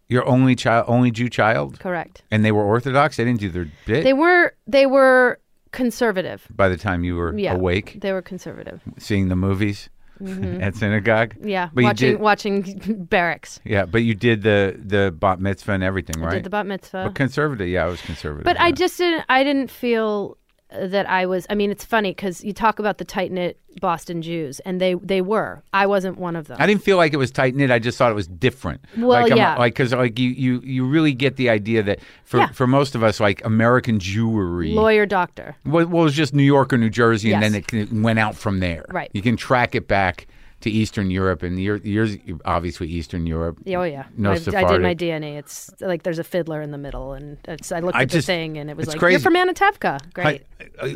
Speaker 2: Your only child, only Jew child,
Speaker 3: Correct.
Speaker 2: and they were Orthodox. They didn't do their bit.
Speaker 3: They were. They were conservative.
Speaker 2: by the time you were
Speaker 3: Yeah.
Speaker 2: awake,
Speaker 3: They were conservative.
Speaker 2: seeing the movies at synagogue.
Speaker 3: Mm-hmm. Yeah,
Speaker 2: but
Speaker 3: watching
Speaker 2: you did,
Speaker 3: watching barracks.
Speaker 2: yeah, but you did the the bat mitzvah and everything, right?
Speaker 3: Did the bat mitzvah.
Speaker 2: But conservative, yeah, I was conservative.
Speaker 3: But I
Speaker 2: yeah.
Speaker 3: just didn't. I didn't feel uh, that I was. I mean, it's funny because you talk about the tight knit Boston Jews, and they they were. I wasn't one of them.
Speaker 2: I didn't feel like it was tight knit. I just thought it was different.
Speaker 3: Well,
Speaker 2: like, I'm-
Speaker 3: yeah.
Speaker 2: like because like you, you you really get the idea that for
Speaker 3: Yeah.
Speaker 2: for most of us like American Jewry.
Speaker 3: Lawyer, doctor.
Speaker 2: Well, well, it was just New York or New Jersey, and
Speaker 3: Yes.
Speaker 2: then it can- went out from there.
Speaker 3: Right.
Speaker 2: You can track it back to Eastern Europe, and you're, you're obviously Eastern Europe.
Speaker 3: Yeah, Oh yeah,
Speaker 2: No
Speaker 3: I, I did my
Speaker 2: Sephardic.
Speaker 3: DNA. It's like there's a fiddler in the middle, and it's, I looked
Speaker 2: I
Speaker 3: at
Speaker 2: just-
Speaker 3: the thing, and it was
Speaker 2: it's
Speaker 3: like
Speaker 2: crazy.
Speaker 3: you're from Anatevka,
Speaker 2: I,
Speaker 3: great.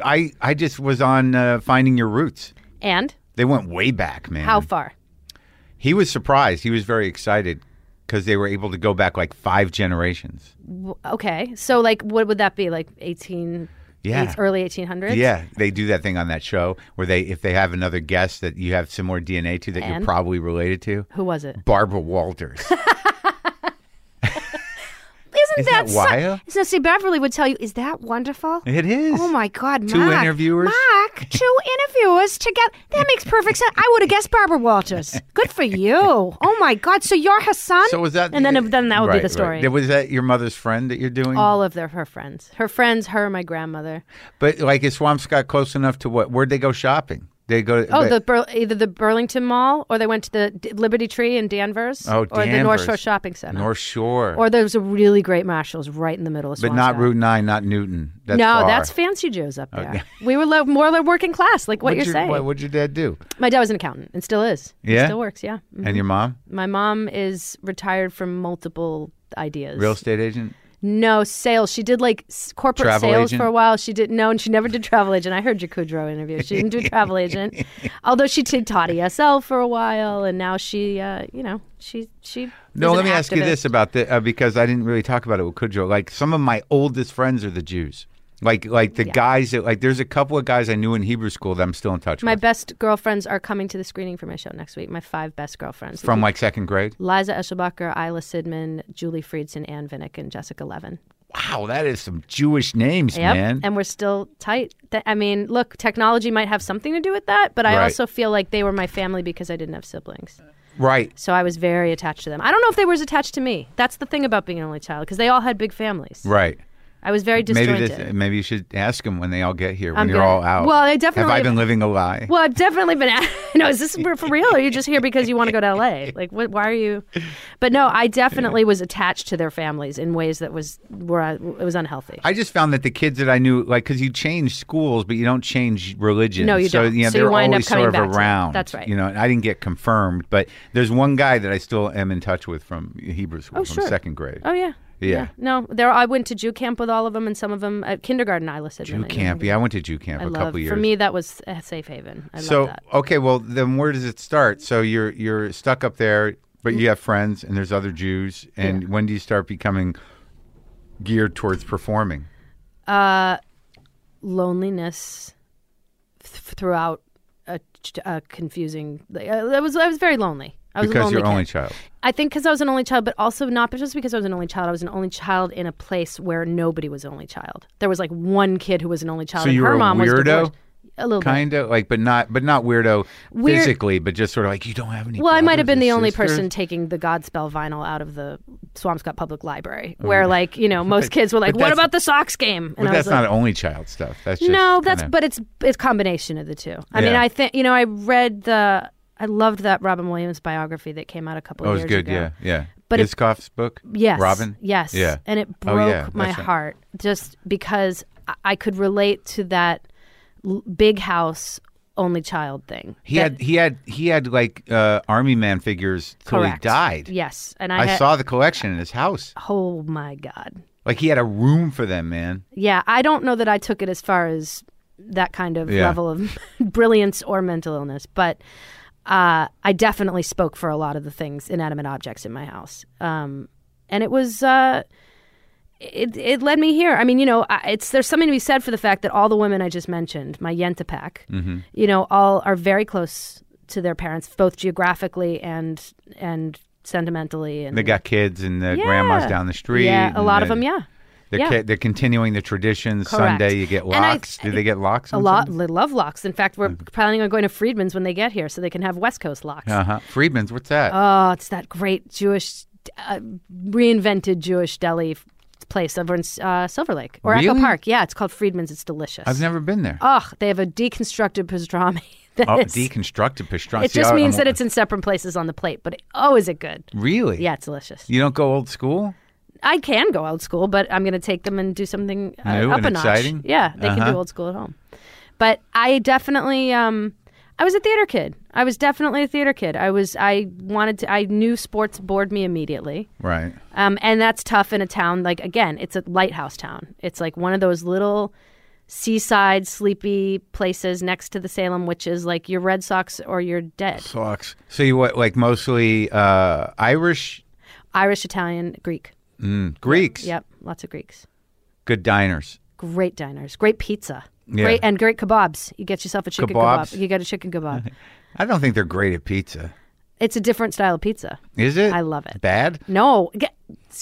Speaker 2: I I just was on uh, Finding Your Roots.
Speaker 3: and
Speaker 2: They went way back, man.
Speaker 3: how far?
Speaker 2: he was surprised. He was very excited because they were able to go back like five generations.
Speaker 3: W- Okay, so like, what would that be? Like eighteen?
Speaker 2: Yeah.
Speaker 3: eight- early eighteen hundreds.
Speaker 2: Yeah, they do that thing on that show where they if they have another guest that you have similar DNA to that you're
Speaker 3: And?
Speaker 2: probably related to.
Speaker 3: Who was it?
Speaker 2: Barbara Walters.
Speaker 3: Isn't,
Speaker 2: Isn't that
Speaker 3: so-
Speaker 2: wild?
Speaker 3: So, see, Beverly would tell you, is that wonderful?
Speaker 2: it is.
Speaker 3: Oh my God,
Speaker 2: Two
Speaker 3: Mark.
Speaker 2: interviewers.
Speaker 3: Mark, two interviewers together. That makes perfect sense. I would have guessed Barbara Walters. Good for you. Oh my God. So you're her son?
Speaker 2: So was that?
Speaker 3: And then, then that would
Speaker 2: Right,
Speaker 3: be the
Speaker 2: right.
Speaker 3: story.
Speaker 2: Was that your mother's friend that you're doing?
Speaker 3: All of their her friends, her friends, her, my grandmother.
Speaker 2: but like, is Swampscott close enough to what? Where'd they go shopping? They go. but-
Speaker 3: Oh, the Bur- either the Burlington Mall or they went to the D- Liberty Tree in Danvers,
Speaker 2: Oh,
Speaker 3: or the North
Speaker 2: Danvers.
Speaker 3: Shore Shopping Center,
Speaker 2: North Shore.
Speaker 3: or there was a really great Marshalls right in the middle of.
Speaker 2: but not
Speaker 3: Swanscott.
Speaker 2: Route Nine, not Newton. That's
Speaker 3: no,
Speaker 2: far.
Speaker 3: that's fancy Jews up there. We were low, more like working class, like what
Speaker 2: What'd
Speaker 3: you're
Speaker 2: your-
Speaker 3: saying.
Speaker 2: What, what'd your dad do?
Speaker 3: My dad was an accountant and still is. He
Speaker 2: Yeah?
Speaker 3: still works. Yeah. Mm.
Speaker 2: And your mom,
Speaker 3: My mom is retired from multiple ideas.
Speaker 2: real estate agent.
Speaker 3: No sales. She did like s- corporate
Speaker 2: Travel
Speaker 3: sales
Speaker 2: agent?
Speaker 3: for a while. She did no, and she never did travel agent. I heard your Kudrow interview. She didn't do travel agent, although she did taught ESL for a while, and now she, uh, you know, she she.
Speaker 2: No,
Speaker 3: is
Speaker 2: let
Speaker 3: an
Speaker 2: me ask you
Speaker 3: activist.
Speaker 2: this about the uh, because I didn't really talk about it with Kudrow. Like some of my oldest friends are the Jews. Like like the guys that like there's a couple of guys I knew in Hebrew school that I'm still in touch
Speaker 3: My
Speaker 2: with
Speaker 3: best girlfriends are coming to the screening for my show next week. My five best girlfriends.
Speaker 2: from like second grade.
Speaker 3: Liza Eschelbacher, Isla Sidman, Julie Friedson, Ann Vinnick, and Jessica Levin.
Speaker 2: wow, that is some Jewish names,
Speaker 3: Yep.
Speaker 2: man.
Speaker 3: And we're still tight. Th- I mean, look, technology might have something to do with that, but I
Speaker 2: Right.
Speaker 3: also feel like they were my family because I didn't have siblings.
Speaker 2: right.
Speaker 3: So I was very attached to them. I don't know if they were as attached to me. That's the thing about being an only child because they all had big families.
Speaker 2: Right.
Speaker 3: I was very
Speaker 2: Maybe
Speaker 3: disjointed.
Speaker 2: this, maybe you should ask them when they all get here, when
Speaker 3: I'm
Speaker 2: you're
Speaker 3: gonna-
Speaker 2: all out.
Speaker 3: Well, I definitely-
Speaker 2: Have I been living a lie?
Speaker 3: Well, I've definitely been. no, is this for real? Or are you just here because you want to go to LA? Like, what, why are you? But no, I definitely was attached to their families in ways that was where I, it was unhealthy.
Speaker 2: I just found that the kids that I knew, like, because you change schools, but you don't change religion.
Speaker 3: No, you
Speaker 2: so,
Speaker 3: don't.
Speaker 2: You know,
Speaker 3: So you
Speaker 2: they're
Speaker 3: wind up
Speaker 2: always
Speaker 3: coming
Speaker 2: sort
Speaker 3: back to
Speaker 2: of
Speaker 3: them.
Speaker 2: around.
Speaker 3: That's right.
Speaker 2: You know, and I didn't get confirmed, but there's one guy that I still am in touch with from Hebrew school from
Speaker 3: sure.
Speaker 2: second grade.
Speaker 3: oh yeah.
Speaker 2: Yeah.
Speaker 3: No, there. I went to Jew camp with all of them, and some of them at kindergarten. I listed
Speaker 2: Jew camp. Yeah, I went to Jew camp
Speaker 3: I
Speaker 2: a
Speaker 3: love.
Speaker 2: couple years.
Speaker 3: For me, that was a safe haven. I
Speaker 2: so
Speaker 3: love that.
Speaker 2: okay, well then where does it start? So you're you're stuck up there, but
Speaker 3: Mm-hmm.
Speaker 2: you have friends and there's other Jews. And when do you start becoming geared towards performing?
Speaker 3: Loneliness th- throughout a, ch- a confusing. Like, uh, I was. I was very lonely. I was a
Speaker 2: Because
Speaker 3: lonely
Speaker 2: you're
Speaker 3: kid.
Speaker 2: only child.
Speaker 3: I think because I was an only child, but also not just because I was an only child. I was an only child in a place where nobody was an only child. There was like one kid who was an only child.
Speaker 2: So
Speaker 3: and
Speaker 2: you
Speaker 3: her
Speaker 2: were a
Speaker 3: mom was
Speaker 2: weirdo?
Speaker 3: divorced. A little bit.
Speaker 2: kind of like but not but not weirdo
Speaker 3: Weird-
Speaker 2: physically but just sort of like you don't have any
Speaker 3: Well, I might have
Speaker 2: brothers
Speaker 3: been
Speaker 2: or
Speaker 3: the only
Speaker 2: sisters?
Speaker 3: person taking the Godspell vinyl out of the Swampscott Public Library, where like you know most kids were like,
Speaker 2: Oh, but
Speaker 3: "What
Speaker 2: that's-
Speaker 3: about the Sox game?" And
Speaker 2: but
Speaker 3: I was
Speaker 2: that's
Speaker 3: like,
Speaker 2: not only child stuff that's just
Speaker 3: no that's
Speaker 2: kinda-
Speaker 3: but it's it's combination of the two i mean
Speaker 2: Yeah.
Speaker 3: i think you know i read the i loved that robin williams biography that came out a couple
Speaker 2: oh
Speaker 3: of
Speaker 2: it's
Speaker 3: years
Speaker 2: good
Speaker 3: ago
Speaker 2: yeah yeah but
Speaker 3: But it-
Speaker 2: Iskoff's book
Speaker 3: yes
Speaker 2: robin
Speaker 3: yes
Speaker 2: yeah
Speaker 3: and it
Speaker 2: Oh,
Speaker 3: broke
Speaker 2: yeah,
Speaker 3: my
Speaker 2: that's right.
Speaker 3: heart just because I- i could relate to that l- big house only child thing
Speaker 2: he
Speaker 3: That-
Speaker 2: had he had he had like uh army man figures till
Speaker 3: correct.
Speaker 2: he died
Speaker 3: yes and i,
Speaker 2: i
Speaker 3: had,
Speaker 2: saw the collection in his house
Speaker 3: oh my god
Speaker 2: like he had a room for them man
Speaker 3: yeah i don't know that i took it as far as that kind of
Speaker 2: Yeah.
Speaker 3: level of brilliance or mental illness but uh, i definitely spoke for a lot of the things inanimate objects in my house um, and it was uh, it, it led me here i mean you know I- it's there's something to be said for the fact that all the women i just mentioned my yenta pack
Speaker 2: Mm-hmm.
Speaker 3: you know all are very close to their parents both geographically and and sentimentally and
Speaker 2: they got kids and the grandmas
Speaker 3: Yeah.
Speaker 2: down the street
Speaker 3: yeah a
Speaker 2: and
Speaker 3: lot of
Speaker 2: the-
Speaker 3: them yeah
Speaker 2: they're,
Speaker 3: yeah.
Speaker 2: ca- they're continuing the traditions
Speaker 3: Correct.
Speaker 2: sunday you get
Speaker 3: And I-
Speaker 2: locks do they get locks
Speaker 3: A lot. They love locks. In fact, we're
Speaker 2: Mm-hmm.
Speaker 3: planning on going to Friedman's when they get here so they can have West Coast locks.
Speaker 2: uh-huh friedman's what's that
Speaker 3: Oh, it's that great Jewish, uh, reinvented Jewish deli f- place over in uh, Silver Lake or Echo
Speaker 2: Really?
Speaker 3: Park. Yeah, it's called Friedman's. It's delicious.
Speaker 2: i've never been there
Speaker 3: Oh, they have a deconstructed pastrami. that
Speaker 2: Oh,
Speaker 3: is-
Speaker 2: deconstructed pastrami.
Speaker 3: it
Speaker 2: See,
Speaker 3: just
Speaker 2: I-
Speaker 3: means
Speaker 2: I'm-
Speaker 3: that it's in separate places on the plate, but oh, is it good?
Speaker 2: really.
Speaker 3: Yeah, it's delicious.
Speaker 2: You don't go old school.
Speaker 3: I can go old school, but I'm going to take them and do something uh,
Speaker 2: New
Speaker 3: up
Speaker 2: and
Speaker 3: a notch.
Speaker 2: exciting?
Speaker 3: Yeah, they can
Speaker 2: Uh-huh.
Speaker 3: do old school at home. But I definitely, um, I was a theater kid. I was definitely a theater kid. I was, I wanted to, I knew sports bored me immediately.
Speaker 2: Right.
Speaker 3: Um, and that's tough in a town like again, it's a lighthouse town. It's like one of those little seaside sleepy places next to the Salem witches. Like your Red Sox or you're dead.
Speaker 2: Socks. So you what? Like mostly uh, Irish,
Speaker 3: Irish, Italian, Greek.
Speaker 2: Greeks.
Speaker 3: Yep, lots of Greeks.
Speaker 2: Good diners.
Speaker 3: great diners, great pizza,
Speaker 2: Yeah.
Speaker 3: great and great kebabs. You get yourself a chicken
Speaker 2: Kebabs?
Speaker 3: kebab. You get a chicken kebab.
Speaker 2: I don't think they're great at pizza.
Speaker 3: it's a different style of pizza.
Speaker 2: Is it?
Speaker 3: I love it.
Speaker 2: Bad.
Speaker 3: No, get,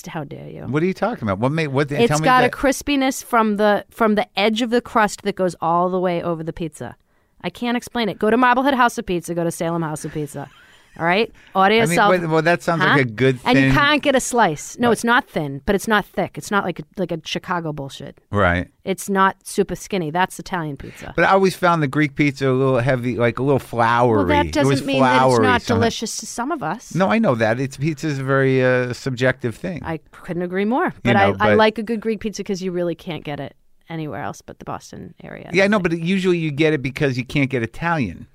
Speaker 3: how dare you?
Speaker 2: What are you talking about? What made? What?
Speaker 3: It's
Speaker 2: tell me
Speaker 3: got a
Speaker 2: that.
Speaker 3: crispiness from the from the edge of the crust that goes all the way over the pizza. I can't explain it. Go to Marblehead House of Pizza. Go to Salem House of Pizza. All right, order
Speaker 2: I
Speaker 3: yourself.
Speaker 2: mean, well, well, that sounds
Speaker 3: Huh?
Speaker 2: like a good thing.
Speaker 3: And you can't get a slice. No, it's not thin, but it's not thick. It's not like a, like a Chicago bullshit.
Speaker 2: Right.
Speaker 3: It's not super skinny. That's Italian pizza.
Speaker 2: But I always found the Greek pizza a little heavy, like a little floury.
Speaker 3: Well, that
Speaker 2: it was
Speaker 3: doesn't mean that
Speaker 2: floury
Speaker 3: it's not
Speaker 2: somehow.
Speaker 3: delicious to some of us.
Speaker 2: No, I know that. It's pizza's a very uh, subjective thing.
Speaker 3: I couldn't agree more. But,
Speaker 2: You
Speaker 3: I,
Speaker 2: know,
Speaker 3: I
Speaker 2: but-
Speaker 3: like a good Greek pizza because you really can't get it anywhere else but the Boston area.
Speaker 2: yeah, I know, but usually you get it because you can't get Italian.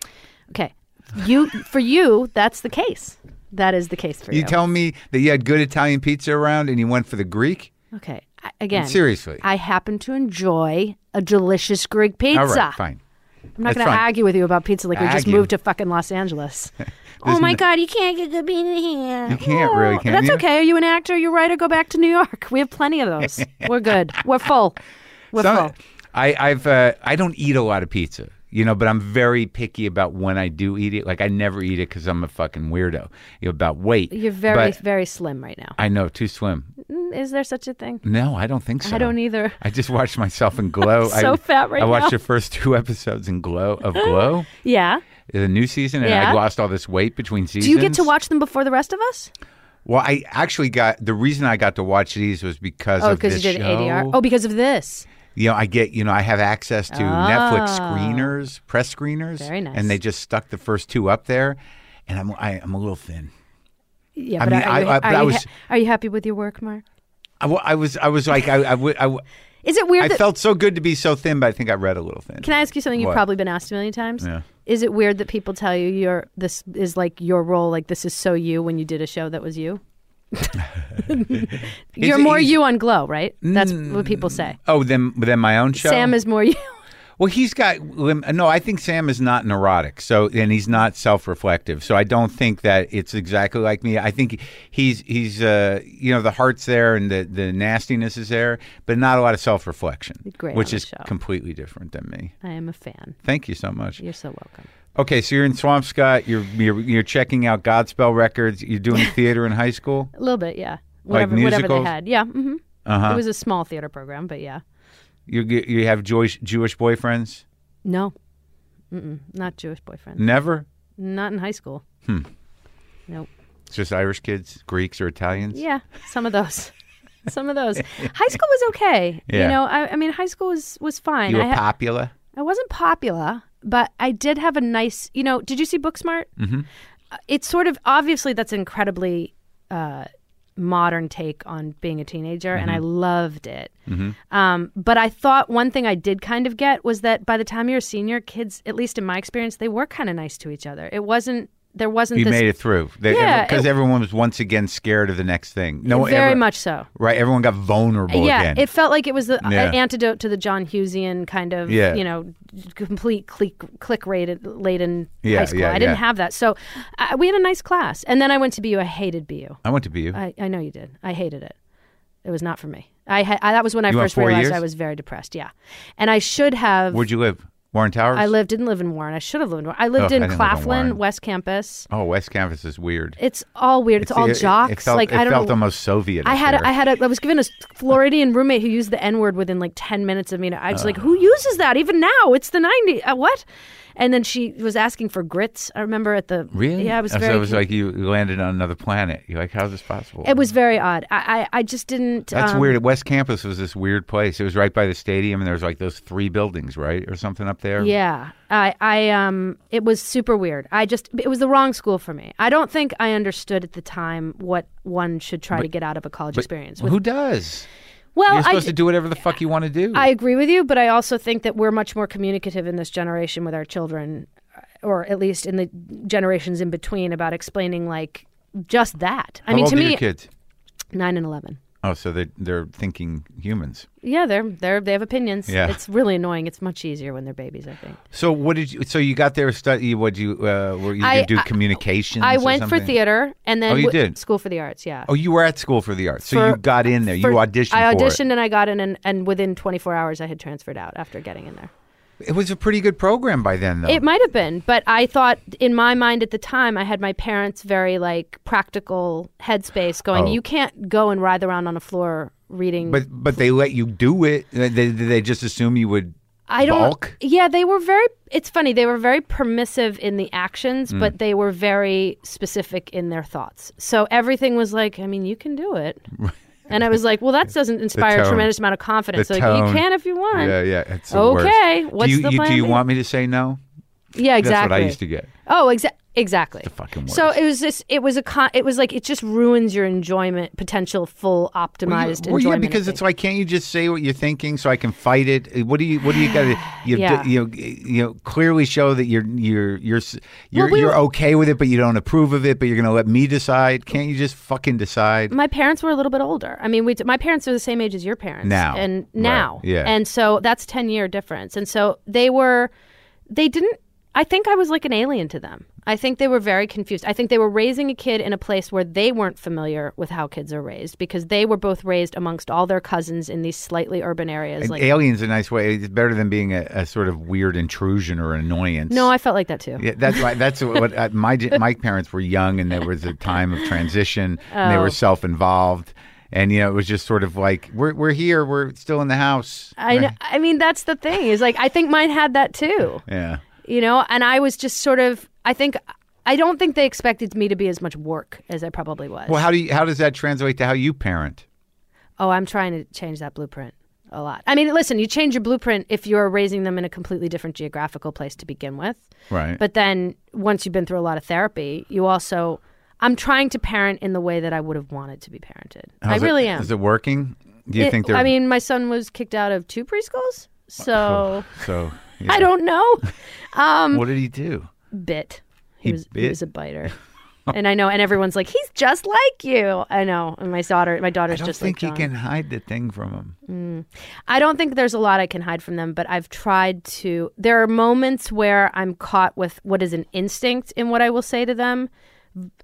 Speaker 3: Okay. You for you, that's the case. That is the case for you.
Speaker 2: You tell me that you had good Italian pizza around and you went for the Greek?
Speaker 3: okay. I, again,
Speaker 2: Seriously.
Speaker 3: I happen to enjoy a delicious Greek pizza.
Speaker 2: All right, fine.
Speaker 3: I'm not
Speaker 2: That's
Speaker 3: going to
Speaker 2: fine.
Speaker 3: argue with you about pizza like we just
Speaker 2: Argue.
Speaker 3: moved to fucking Los Angeles. oh
Speaker 2: There's
Speaker 3: my
Speaker 2: no-
Speaker 3: God, you can't get good bean here. You
Speaker 2: can't really, can
Speaker 3: That's
Speaker 2: you?
Speaker 3: okay. Are you an actor? You're right. Or go back to New York. We have plenty of those. We're good. We're full. We're
Speaker 2: Some-
Speaker 3: full.
Speaker 2: I, I've uh, I don't eat a lot of pizza, you know, but I'm very picky about when I do eat it. Like I never eat it because I'm a fucking weirdo you know, about weight.
Speaker 3: You're very,
Speaker 2: But
Speaker 3: very slim right now.
Speaker 2: I know too slim.
Speaker 3: Marin? Is there such a thing?
Speaker 2: No, I don't think so.
Speaker 3: I don't either.
Speaker 2: I just watched myself in Glow.
Speaker 3: I'm so
Speaker 2: I,
Speaker 3: fat right
Speaker 2: I watched
Speaker 3: now.
Speaker 2: the first two episodes in Glow of Glow,
Speaker 3: Yeah.
Speaker 2: the new season, and
Speaker 3: Yeah.
Speaker 2: I lost all this weight between seasons.
Speaker 3: Do you get to watch them before the rest of us?
Speaker 2: Well, I actually got the reason I got to watch these was because
Speaker 3: Oh,
Speaker 2: of
Speaker 3: because
Speaker 2: this
Speaker 3: you did
Speaker 2: show.
Speaker 3: ADR. Oh, because of this.
Speaker 2: you know, I get you know I have access to Netflix screeners, press screeners,
Speaker 3: Ah. Very nice.
Speaker 2: and they just stuck the first two up there, and I'm I, I'm a little thin.
Speaker 3: Yeah,
Speaker 2: I
Speaker 3: but
Speaker 2: mean,
Speaker 3: are, you,
Speaker 2: I- I- but
Speaker 3: are,
Speaker 2: I
Speaker 3: you
Speaker 2: was-
Speaker 3: ha- are you happy with your work, Mark?
Speaker 2: I, wa- I was I was like I I, w- I w-
Speaker 3: Is it weird
Speaker 2: I
Speaker 3: that
Speaker 2: felt so good to be so thin, but I think I read a little thin.
Speaker 3: Can I ask you something you've
Speaker 2: What?
Speaker 3: probably been asked a million times?
Speaker 2: Yeah.
Speaker 3: Is it weird that people tell you your this is like your role, like this is so you when you did a show that was you? You're more
Speaker 2: he's-
Speaker 3: you on Glow, right? That's what people say.
Speaker 2: oh, then then my own show.
Speaker 3: Sam is more you.
Speaker 2: well, he's got lim- no. I think Sam is not neurotic, so and he's not self-reflective. So I don't think that it's exactly like me. I think he's he's uh you know the heart's there and the the nastiness is there, but not a lot of self-reflection,
Speaker 3: Great
Speaker 2: which
Speaker 3: on the
Speaker 2: is
Speaker 3: show.
Speaker 2: completely different than me.
Speaker 3: I am a fan.
Speaker 2: Thank you so much.
Speaker 3: You're so welcome.
Speaker 2: Okay, so you're in Swampscott. You're, you're you're checking out Godspell records. You're doing theater in high school.
Speaker 3: A little bit, yeah.
Speaker 2: Like
Speaker 3: Whatever, whatever they
Speaker 2: musicals?
Speaker 3: had, yeah. hmm
Speaker 2: Uh-huh.
Speaker 3: It was a small theater program, but yeah.
Speaker 2: You you you have Jewish Jewish boyfriends.
Speaker 3: No, Mm-mm, not Jewish boyfriend.
Speaker 2: Never.
Speaker 3: Not in high school. Hmm. Nope.
Speaker 2: It's just Irish kids, Greeks, or Italians.
Speaker 3: Yeah, some of those. some of those. High school was okay. You
Speaker 2: Yeah.
Speaker 3: know, I, I mean, high school was was fine.
Speaker 2: You
Speaker 3: I,
Speaker 2: were
Speaker 3: ha-
Speaker 2: popular.
Speaker 3: I wasn't popular, but I did have a nice. You know, did you see Booksmart? Mm-hmm. It's sort of obviously that's incredibly uh, modern take on being a teenager, and I
Speaker 2: Mm-hmm.
Speaker 3: loved it. Um, but I thought one thing I did kind of get was that by the time you're a senior, kids, at least in my experience, they were kind of nice to each other. It wasn't. There wasn't
Speaker 2: You
Speaker 3: this
Speaker 2: made it through.
Speaker 3: Yeah,
Speaker 2: Because
Speaker 3: it-
Speaker 2: everyone was once again scared of the next thing. No one
Speaker 3: very
Speaker 2: ever-
Speaker 3: much so.
Speaker 2: Right. Everyone got vulnerable
Speaker 3: Uh, yeah,
Speaker 2: again.
Speaker 3: it felt like it was the uh,
Speaker 2: Yeah.
Speaker 3: antidote to the John Hughesian kind of,
Speaker 2: Yeah.
Speaker 3: you know, complete click click rated laden
Speaker 2: Yeah,
Speaker 3: high school.
Speaker 2: yeah,
Speaker 3: I didn't
Speaker 2: yeah.
Speaker 3: have that, so I, we had a nice class. And then I went to BU. I hated BU.
Speaker 2: I went to BU.
Speaker 3: I, I know you did. I hated it. It was not for me. I, had, I that was when I
Speaker 2: You went
Speaker 3: first
Speaker 2: four
Speaker 3: realized
Speaker 2: years?
Speaker 3: I was very depressed. Yeah, and I should have.
Speaker 2: Where'd you live? Warren Towers.
Speaker 3: I lived didn't live in Warren. I should have lived in Warren. I lived
Speaker 2: Ugh,
Speaker 3: in
Speaker 2: I didn't live in
Speaker 3: Claflin
Speaker 2: Warren.
Speaker 3: West Campus.
Speaker 2: Oh, West Campus is weird.
Speaker 3: It's all weird. It's, all
Speaker 2: it,
Speaker 3: jocks.
Speaker 2: It, felt,
Speaker 3: like
Speaker 2: it
Speaker 3: I don't
Speaker 2: felt
Speaker 3: know.
Speaker 2: almost Soviet.
Speaker 3: I
Speaker 2: up
Speaker 3: had
Speaker 2: there.
Speaker 3: a, I had a I was given a Floridian roommate who used the N word within like ten minutes of me. And I was like,
Speaker 2: Ah.
Speaker 3: who uses that even now? It's the ninety. Uh, what? And then she was asking for grits. I remember at the
Speaker 2: really.
Speaker 3: yeah. I was
Speaker 2: So
Speaker 3: very.
Speaker 2: it was like you landed on another planet. You're like, how's this possible?
Speaker 3: it was very odd. I I, I just didn't.
Speaker 2: That's
Speaker 3: um,
Speaker 2: weird. West Campus was this weird place. It was right by the stadium, and there was like those three buildings, right, or something up there.
Speaker 3: Yeah, I I um it was super weird. I just it was the wrong school for me. I don't think I understood at the time what one should try to get out of a college experience. With,
Speaker 2: Who does?
Speaker 3: well,
Speaker 2: You're
Speaker 3: I
Speaker 2: supposed
Speaker 3: d-
Speaker 2: to do whatever the fuck you want to do.
Speaker 3: I agree with you, but I also think that we're much more communicative in this generation with our children, uh, or at least in the generations in between, about explaining like just that. I
Speaker 2: How
Speaker 3: mean,
Speaker 2: old
Speaker 3: to
Speaker 2: are
Speaker 3: me,
Speaker 2: your kids?
Speaker 3: nine and eleven.
Speaker 2: Oh, so they're they're thinking humans.
Speaker 3: Yeah, they're they're they have opinions.
Speaker 2: Yeah.
Speaker 3: it's really annoying. It's much easier when they're babies. I think.
Speaker 2: So what did you? So you got there? Study? What you? Uh, were you
Speaker 3: I-
Speaker 2: gonna do
Speaker 3: I-
Speaker 2: communications?
Speaker 3: I
Speaker 2: or
Speaker 3: went for uh,
Speaker 2: something?
Speaker 3: theater and then
Speaker 2: Oh, you
Speaker 3: w-
Speaker 2: did?
Speaker 3: school for the arts. Yeah.
Speaker 2: Oh, you were at school for the arts, so
Speaker 3: For-
Speaker 2: you got in there.
Speaker 3: For-
Speaker 2: you auditioned.
Speaker 3: I
Speaker 2: for it.
Speaker 3: auditioned and I got in, and, and within 24 hours I had transferred out after getting in there.
Speaker 2: it. was a pretty good program by then, though.
Speaker 3: It might have been, but I thought in my mind at the time I had my parents' very like practical headspace going.
Speaker 2: Oh.
Speaker 3: You can't go and writhe around on a floor reading.
Speaker 2: but but they let you do it. They, they, they just assume you would.
Speaker 3: I don't.
Speaker 2: Bulk?
Speaker 3: Yeah, they were very. It's funny. They were very permissive in the
Speaker 2: Hmm.
Speaker 3: actions, but they were very specific in their thoughts. So everything was like, I mean, you can do it. And I was like, well, that doesn't inspire a
Speaker 2: tone.
Speaker 3: tremendous amount of confidence.
Speaker 2: The
Speaker 3: like,
Speaker 2: tone.
Speaker 3: you can if you want.
Speaker 2: Yeah, yeah. It's the
Speaker 3: Okay,
Speaker 2: worst.
Speaker 3: what's
Speaker 2: do you,
Speaker 3: the
Speaker 2: you,
Speaker 3: plan
Speaker 2: Do you
Speaker 3: B?
Speaker 2: want me to say no?
Speaker 3: Yeah, exactly.
Speaker 2: That's what I used to get.
Speaker 3: Oh, exa- exactly.
Speaker 2: fucking
Speaker 3: so
Speaker 2: worst.
Speaker 3: it was this. It was a con. It was like it just ruins your enjoyment potential, full optimized
Speaker 2: well, yeah,
Speaker 3: enjoyment.
Speaker 2: because it's like, can't you just say what you're thinking so I can fight it? Uh, What do you? What do you got to? You,
Speaker 3: Yeah.
Speaker 2: you know, you know, clearly show that you're you're you're s- you're,
Speaker 3: we-
Speaker 2: you're okay with it, but you don't approve of it. But you're going to let me decide. Can't you just fucking decide?
Speaker 3: my parents were a little bit older. I mean, we my parents are the same age as your parents
Speaker 2: Now.
Speaker 3: and
Speaker 2: Right,
Speaker 3: now,
Speaker 2: yeah.
Speaker 3: And so that's ten year difference. And so they were, they didn't. I think I was like an alien to them. I think they were very confused. I think they were raising a kid in a place where they weren't familiar with how kids are raised because they were both raised amongst all their cousins in these slightly urban areas. Like,
Speaker 2: Alien's a nice way. It's better than being a, a sort of weird intrusion or annoyance.
Speaker 3: no, I felt like that too.
Speaker 2: Yeah, that's why. That's what, what uh,
Speaker 3: Oh.
Speaker 2: my my parents were young, and there was a time of transition. and They were self-involved, And you know, it was just sort of like we're we're here, we're still in the house.
Speaker 3: I know, I mean that's the thing is like I think mine had that too.
Speaker 2: Yeah.
Speaker 3: You know, and I was just sort of I think I don't think they expected me to be as much work as I probably was.
Speaker 2: Well, how do you how does that translate to how you parent?
Speaker 3: Oh, I'm trying to change that blueprint a lot. I mean, listen, you change your blueprint if you're raising them in a completely different geographical place to begin with.
Speaker 2: Right.
Speaker 3: But then once you've been through a lot of therapy, you also I'm trying to parent in the way that I would have wanted to be parented.
Speaker 2: How's
Speaker 3: I
Speaker 2: it-
Speaker 3: really am.
Speaker 2: Is it working? Do you
Speaker 3: It-
Speaker 2: think they're
Speaker 3: I mean, my son was kicked out of two preschools,
Speaker 2: Oh.
Speaker 3: so
Speaker 2: so yeah.
Speaker 3: I don't know.
Speaker 2: what did he do?
Speaker 3: Bit. He,
Speaker 2: He
Speaker 3: was
Speaker 2: bit? Oh.
Speaker 3: he was a biter. and I know, and everyone's like, he's just like you. I know, and my daughter, my
Speaker 2: I
Speaker 3: daughter's
Speaker 2: don't
Speaker 3: just
Speaker 2: think
Speaker 3: like John.
Speaker 2: he can hide the thing from him.
Speaker 3: I don't think there's a lot I can hide from them, but I've tried to. There are moments where I'm caught with what is an instinct in what I will say to them,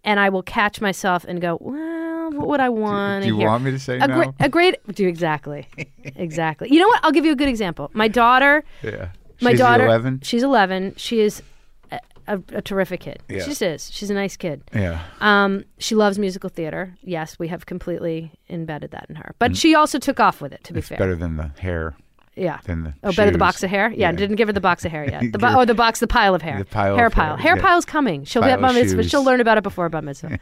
Speaker 3: and I will catch myself and go, "Well, what would I want?"
Speaker 2: do you want me to say
Speaker 3: a,
Speaker 2: no?
Speaker 3: Great, a great, do exactly, exactly. You know what? I'll give you a good example. My daughter,
Speaker 2: Yeah.
Speaker 3: my
Speaker 2: She's
Speaker 3: daughter,
Speaker 2: eleven.
Speaker 3: she's 11. She is a, a, a terrific kid.
Speaker 2: Yeah.
Speaker 3: She just is. She's a nice kid.
Speaker 2: Yeah.
Speaker 3: Um, she loves musical theater. Yes, we have completely embedded that in her. But she also took off with it. To be fair,
Speaker 2: Better than the hair.
Speaker 3: yeah.
Speaker 2: than the
Speaker 3: oh, better the
Speaker 2: shoes.
Speaker 3: box of hair. Yeah,
Speaker 2: Yeah.
Speaker 3: didn't give her the box of hair yet. The
Speaker 2: Give
Speaker 3: bo-
Speaker 2: her-
Speaker 3: oh, the box, the pile of hair.
Speaker 2: The pile of
Speaker 3: hair
Speaker 2: hair,
Speaker 3: pile. Hair
Speaker 2: yeah.
Speaker 3: pile's coming. She'll
Speaker 2: Pile
Speaker 3: get bat
Speaker 2: of
Speaker 3: mitzvah. She'll
Speaker 2: shoes.
Speaker 3: learn about it before bat mitzvah.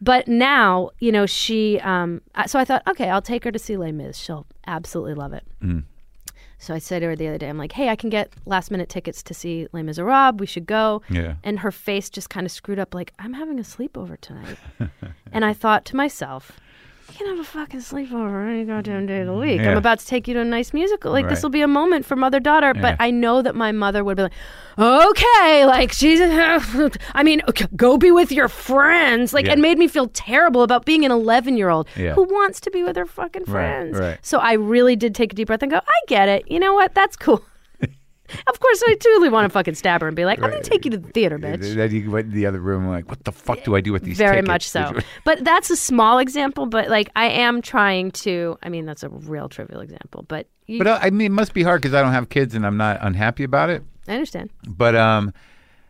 Speaker 3: but now, you know, she. Um, I- so I thought, okay, I'll take her to see Les Mis. She'll absolutely love it.
Speaker 2: Mm.
Speaker 3: So I said to her the other day, I'm like, hey, I can get last minute tickets to see Les Miserables. We should go.
Speaker 2: Yeah.
Speaker 3: And her face just kind of screwed up, like, I'm having a sleepover tonight. and I thought to myself, you can have a fucking sleepover any goddamn day of the week.
Speaker 2: Yeah.
Speaker 3: I'm about to take you to a nice musical. Like, this
Speaker 2: Right.
Speaker 3: will be a moment for mother daughter.
Speaker 2: Yeah.
Speaker 3: But I know that my mother would be like, okay, like, she's, I mean, okay, go be with your friends. Like,
Speaker 2: Yeah.
Speaker 3: it made me feel terrible about being an 11 year old
Speaker 2: Yeah.
Speaker 3: who wants to be with her fucking friends.
Speaker 2: right.
Speaker 3: So I really did take a deep breath and go, I get it. You know what? That's cool. of course, I totally want to fucking stab her and be like, I'm going
Speaker 2: Right.
Speaker 3: to take you to the theater, bitch.
Speaker 2: Then you went in the other room like, what the fuck do I do with these
Speaker 3: Very
Speaker 2: tickets?
Speaker 3: much so. but that's a small example, but like I am trying to, I mean, that's a real trivial example, but, you,
Speaker 2: But uh, I mean, it must be hard because I don't have kids and I'm not unhappy about it.
Speaker 3: I understand.
Speaker 2: But um,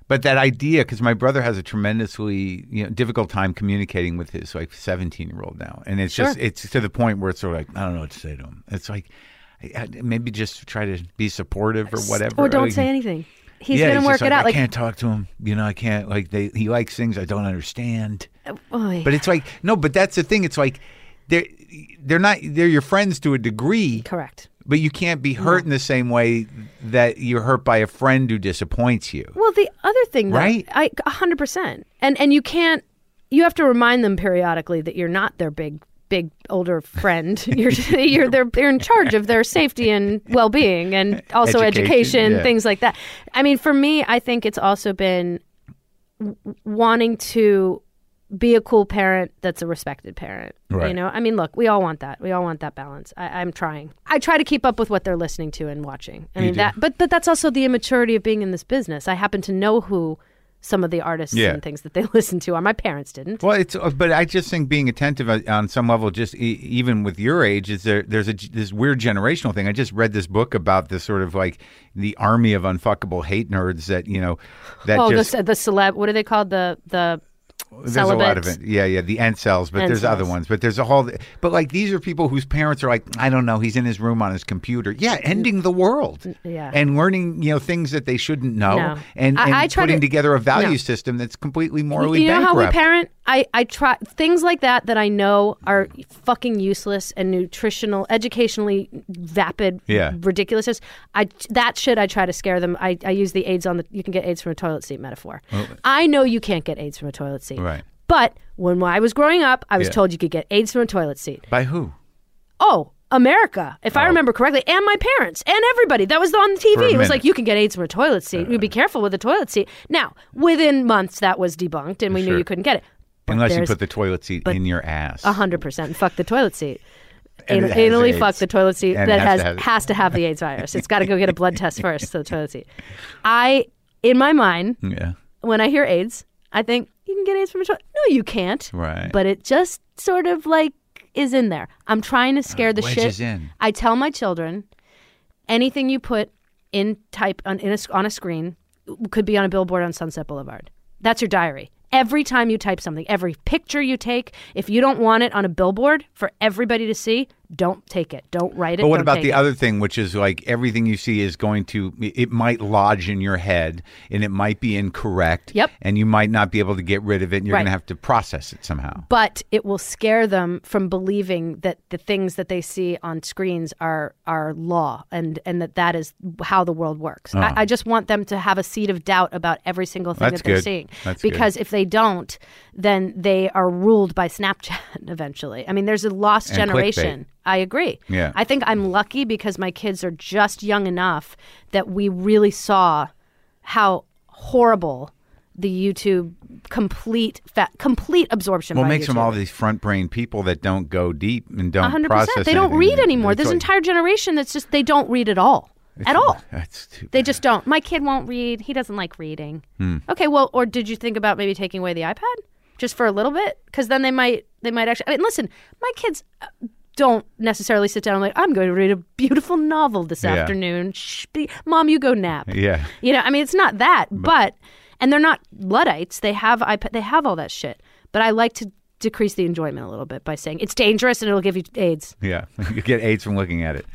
Speaker 2: but that idea because my brother has a tremendously you know difficult time communicating with his like 17 year old now, and it's just
Speaker 3: Sure.
Speaker 2: it's to the point where it's sort of like I don't know what to say to him. It's like I- I- maybe just try to be supportive or whatever,
Speaker 3: Or don't
Speaker 2: Like,
Speaker 3: say anything. He's
Speaker 2: yeah,
Speaker 3: going to
Speaker 2: he's
Speaker 3: work
Speaker 2: just
Speaker 3: it
Speaker 2: like,
Speaker 3: out.
Speaker 2: I
Speaker 3: Like,
Speaker 2: can't talk to him. You know, I can't. Like they, he likes things I don't understand.
Speaker 3: oy.
Speaker 2: But it's like no, but that's the thing. It's like they're they're not they're your friends to a degree,
Speaker 3: correct.
Speaker 2: but you can't be hurt in the same way that you're hurt by a friend who disappoints you.
Speaker 3: Well, the other thing, though,
Speaker 2: Right?
Speaker 3: I a hundred percent, and and you can't. You have to remind them periodically that you're not their big, big older friend. You're you're they're, they're in charge of their safety and well being, and also
Speaker 2: Education,
Speaker 3: education,
Speaker 2: yeah.
Speaker 3: things like that. I mean, for me, I think it's also been wanting to be a cool parent that's a respected parent.
Speaker 2: Right.
Speaker 3: You know, I mean, look, we all want that. We all want that balance. I, I'm trying. I try to keep up with what they're listening to and watching. I mean
Speaker 2: do.
Speaker 3: that, but but that's also the immaturity of being in this business. I happen to know who some of the artists
Speaker 2: Yeah.
Speaker 3: and things that they listen to are. My parents didn't.
Speaker 2: Well, it's uh, but I just think being attentive uh, on some level, just e- even with your age, is there there's a g- this weird generational thing. I just read this book about this sort of like the army of unfuckable hate nerds that you know that
Speaker 3: oh,
Speaker 2: just
Speaker 3: the the celeb. What are they called? The the
Speaker 2: there's a lot of
Speaker 3: celibate.
Speaker 2: it. Yeah, yeah, the end cells, but there's other
Speaker 3: Incels.
Speaker 2: ones. But there's a whole. But like these are people whose parents are like, I don't know, he's in his room on his computer. Yeah, ending the world.
Speaker 3: yeah.
Speaker 2: and learning you know things that they shouldn't know,
Speaker 3: No.
Speaker 2: and,
Speaker 3: I-
Speaker 2: and
Speaker 3: I try
Speaker 2: putting
Speaker 3: to-
Speaker 2: together a value
Speaker 3: no.
Speaker 2: system that's completely morally
Speaker 3: you know how we
Speaker 2: bankrupt.
Speaker 3: parent i i try things like that that i know are fucking useless and nutritional educationally vapid
Speaker 2: Yeah.
Speaker 3: ridiculousness i that shit i try to scare them i, I use the aids on the you can get aids from a toilet seat metaphor i know you can't get aids from a toilet seat
Speaker 2: Oh. Right.
Speaker 3: but when i was growing up i was
Speaker 2: Yeah.
Speaker 3: told you could get aids from a toilet seat
Speaker 2: By who?
Speaker 3: oh America, if I remember correctly, and my parents and everybody that was on
Speaker 2: Oh. For a
Speaker 3: TV. It was
Speaker 2: minute.
Speaker 3: like you can get AIDS from a toilet seat. You be careful with a toilet seat. Now, within months, that was debunked, and we
Speaker 2: Sure.
Speaker 3: knew you couldn't get it. But
Speaker 2: Unless you
Speaker 3: there's
Speaker 2: put the toilet seat in your ass.
Speaker 3: hundred percent fuck the toilet seat.
Speaker 2: And
Speaker 3: Anal-
Speaker 2: it has
Speaker 3: Anally
Speaker 2: AIDS.
Speaker 3: fuck the toilet seat
Speaker 2: And it
Speaker 3: that
Speaker 2: has
Speaker 3: has
Speaker 2: to have-
Speaker 3: has to have the AIDS virus. It's got to go get a blood test first. So the toilet seat. I, in my mind,
Speaker 2: Yeah.
Speaker 3: when I hear AIDS, I think you can get AIDS from a toilet. No, you can't.
Speaker 2: Right.
Speaker 3: But it just sort of like is in there. I'm trying to scare the
Speaker 2: Uh, wedges
Speaker 3: shit.
Speaker 2: in.
Speaker 3: I tell my children, anything you put in type on in a, s- on a screen could be on a billboard on Sunset Boulevard. That's your diary. every time you type something, every picture you take, if you don't want it on a billboard for everybody to see, don't take it. Don't write it.
Speaker 2: But what
Speaker 3: don't
Speaker 2: about
Speaker 3: take
Speaker 2: the
Speaker 3: it.
Speaker 2: other thing, which is like everything you see is going to, it might lodge in your head and it might be incorrect.
Speaker 3: Yep.
Speaker 2: And you might not be able to get rid of it and you're
Speaker 3: Right.
Speaker 2: going to have to process it somehow.
Speaker 3: but it will scare them from believing that the things that they see on screens are are law and and that that is how the world works. I, I just want them to have a seed of doubt about every single thing
Speaker 2: Uh-huh. That's
Speaker 3: that they're
Speaker 2: good.
Speaker 3: seeing,
Speaker 2: That's good.
Speaker 3: because if they don't, then they are ruled by Snapchat eventually. I mean, there's a lost
Speaker 2: And clickbait.
Speaker 3: generation. I agree.
Speaker 2: Yeah.
Speaker 3: I think I'm lucky because my kids are just young enough that we really saw how horrible the YouTube complete fa- complete absorption.
Speaker 2: Well, it
Speaker 3: by
Speaker 2: makes them
Speaker 3: YouTube
Speaker 2: all these front brain people that don't go deep and don't
Speaker 3: hundred
Speaker 2: process
Speaker 3: percent. They don't
Speaker 2: anything.
Speaker 3: read anymore.
Speaker 2: It's
Speaker 3: There's an
Speaker 2: like-
Speaker 3: entire generation that's just they don't read at all, at all.
Speaker 2: That's too
Speaker 3: They just don't. My kid won't read. He doesn't like reading.
Speaker 2: Hmm.
Speaker 3: Okay, well, or did you think about maybe taking away the iPad just for a little bit? Because then they might they might actually. I mean, listen, my kids uh, don't necessarily sit down and like I'm going to read a beautiful novel this
Speaker 2: Yeah.
Speaker 3: afternoon. Shh, be- Mom, you go nap.
Speaker 2: Yeah.
Speaker 3: You know, I mean, it's not that, but and they're not luddites. They have iPad. They have all that shit. But I like to decrease the enjoyment a little bit by saying it's dangerous and it'll give you AIDS.
Speaker 2: Yeah, you get AIDS from looking at it.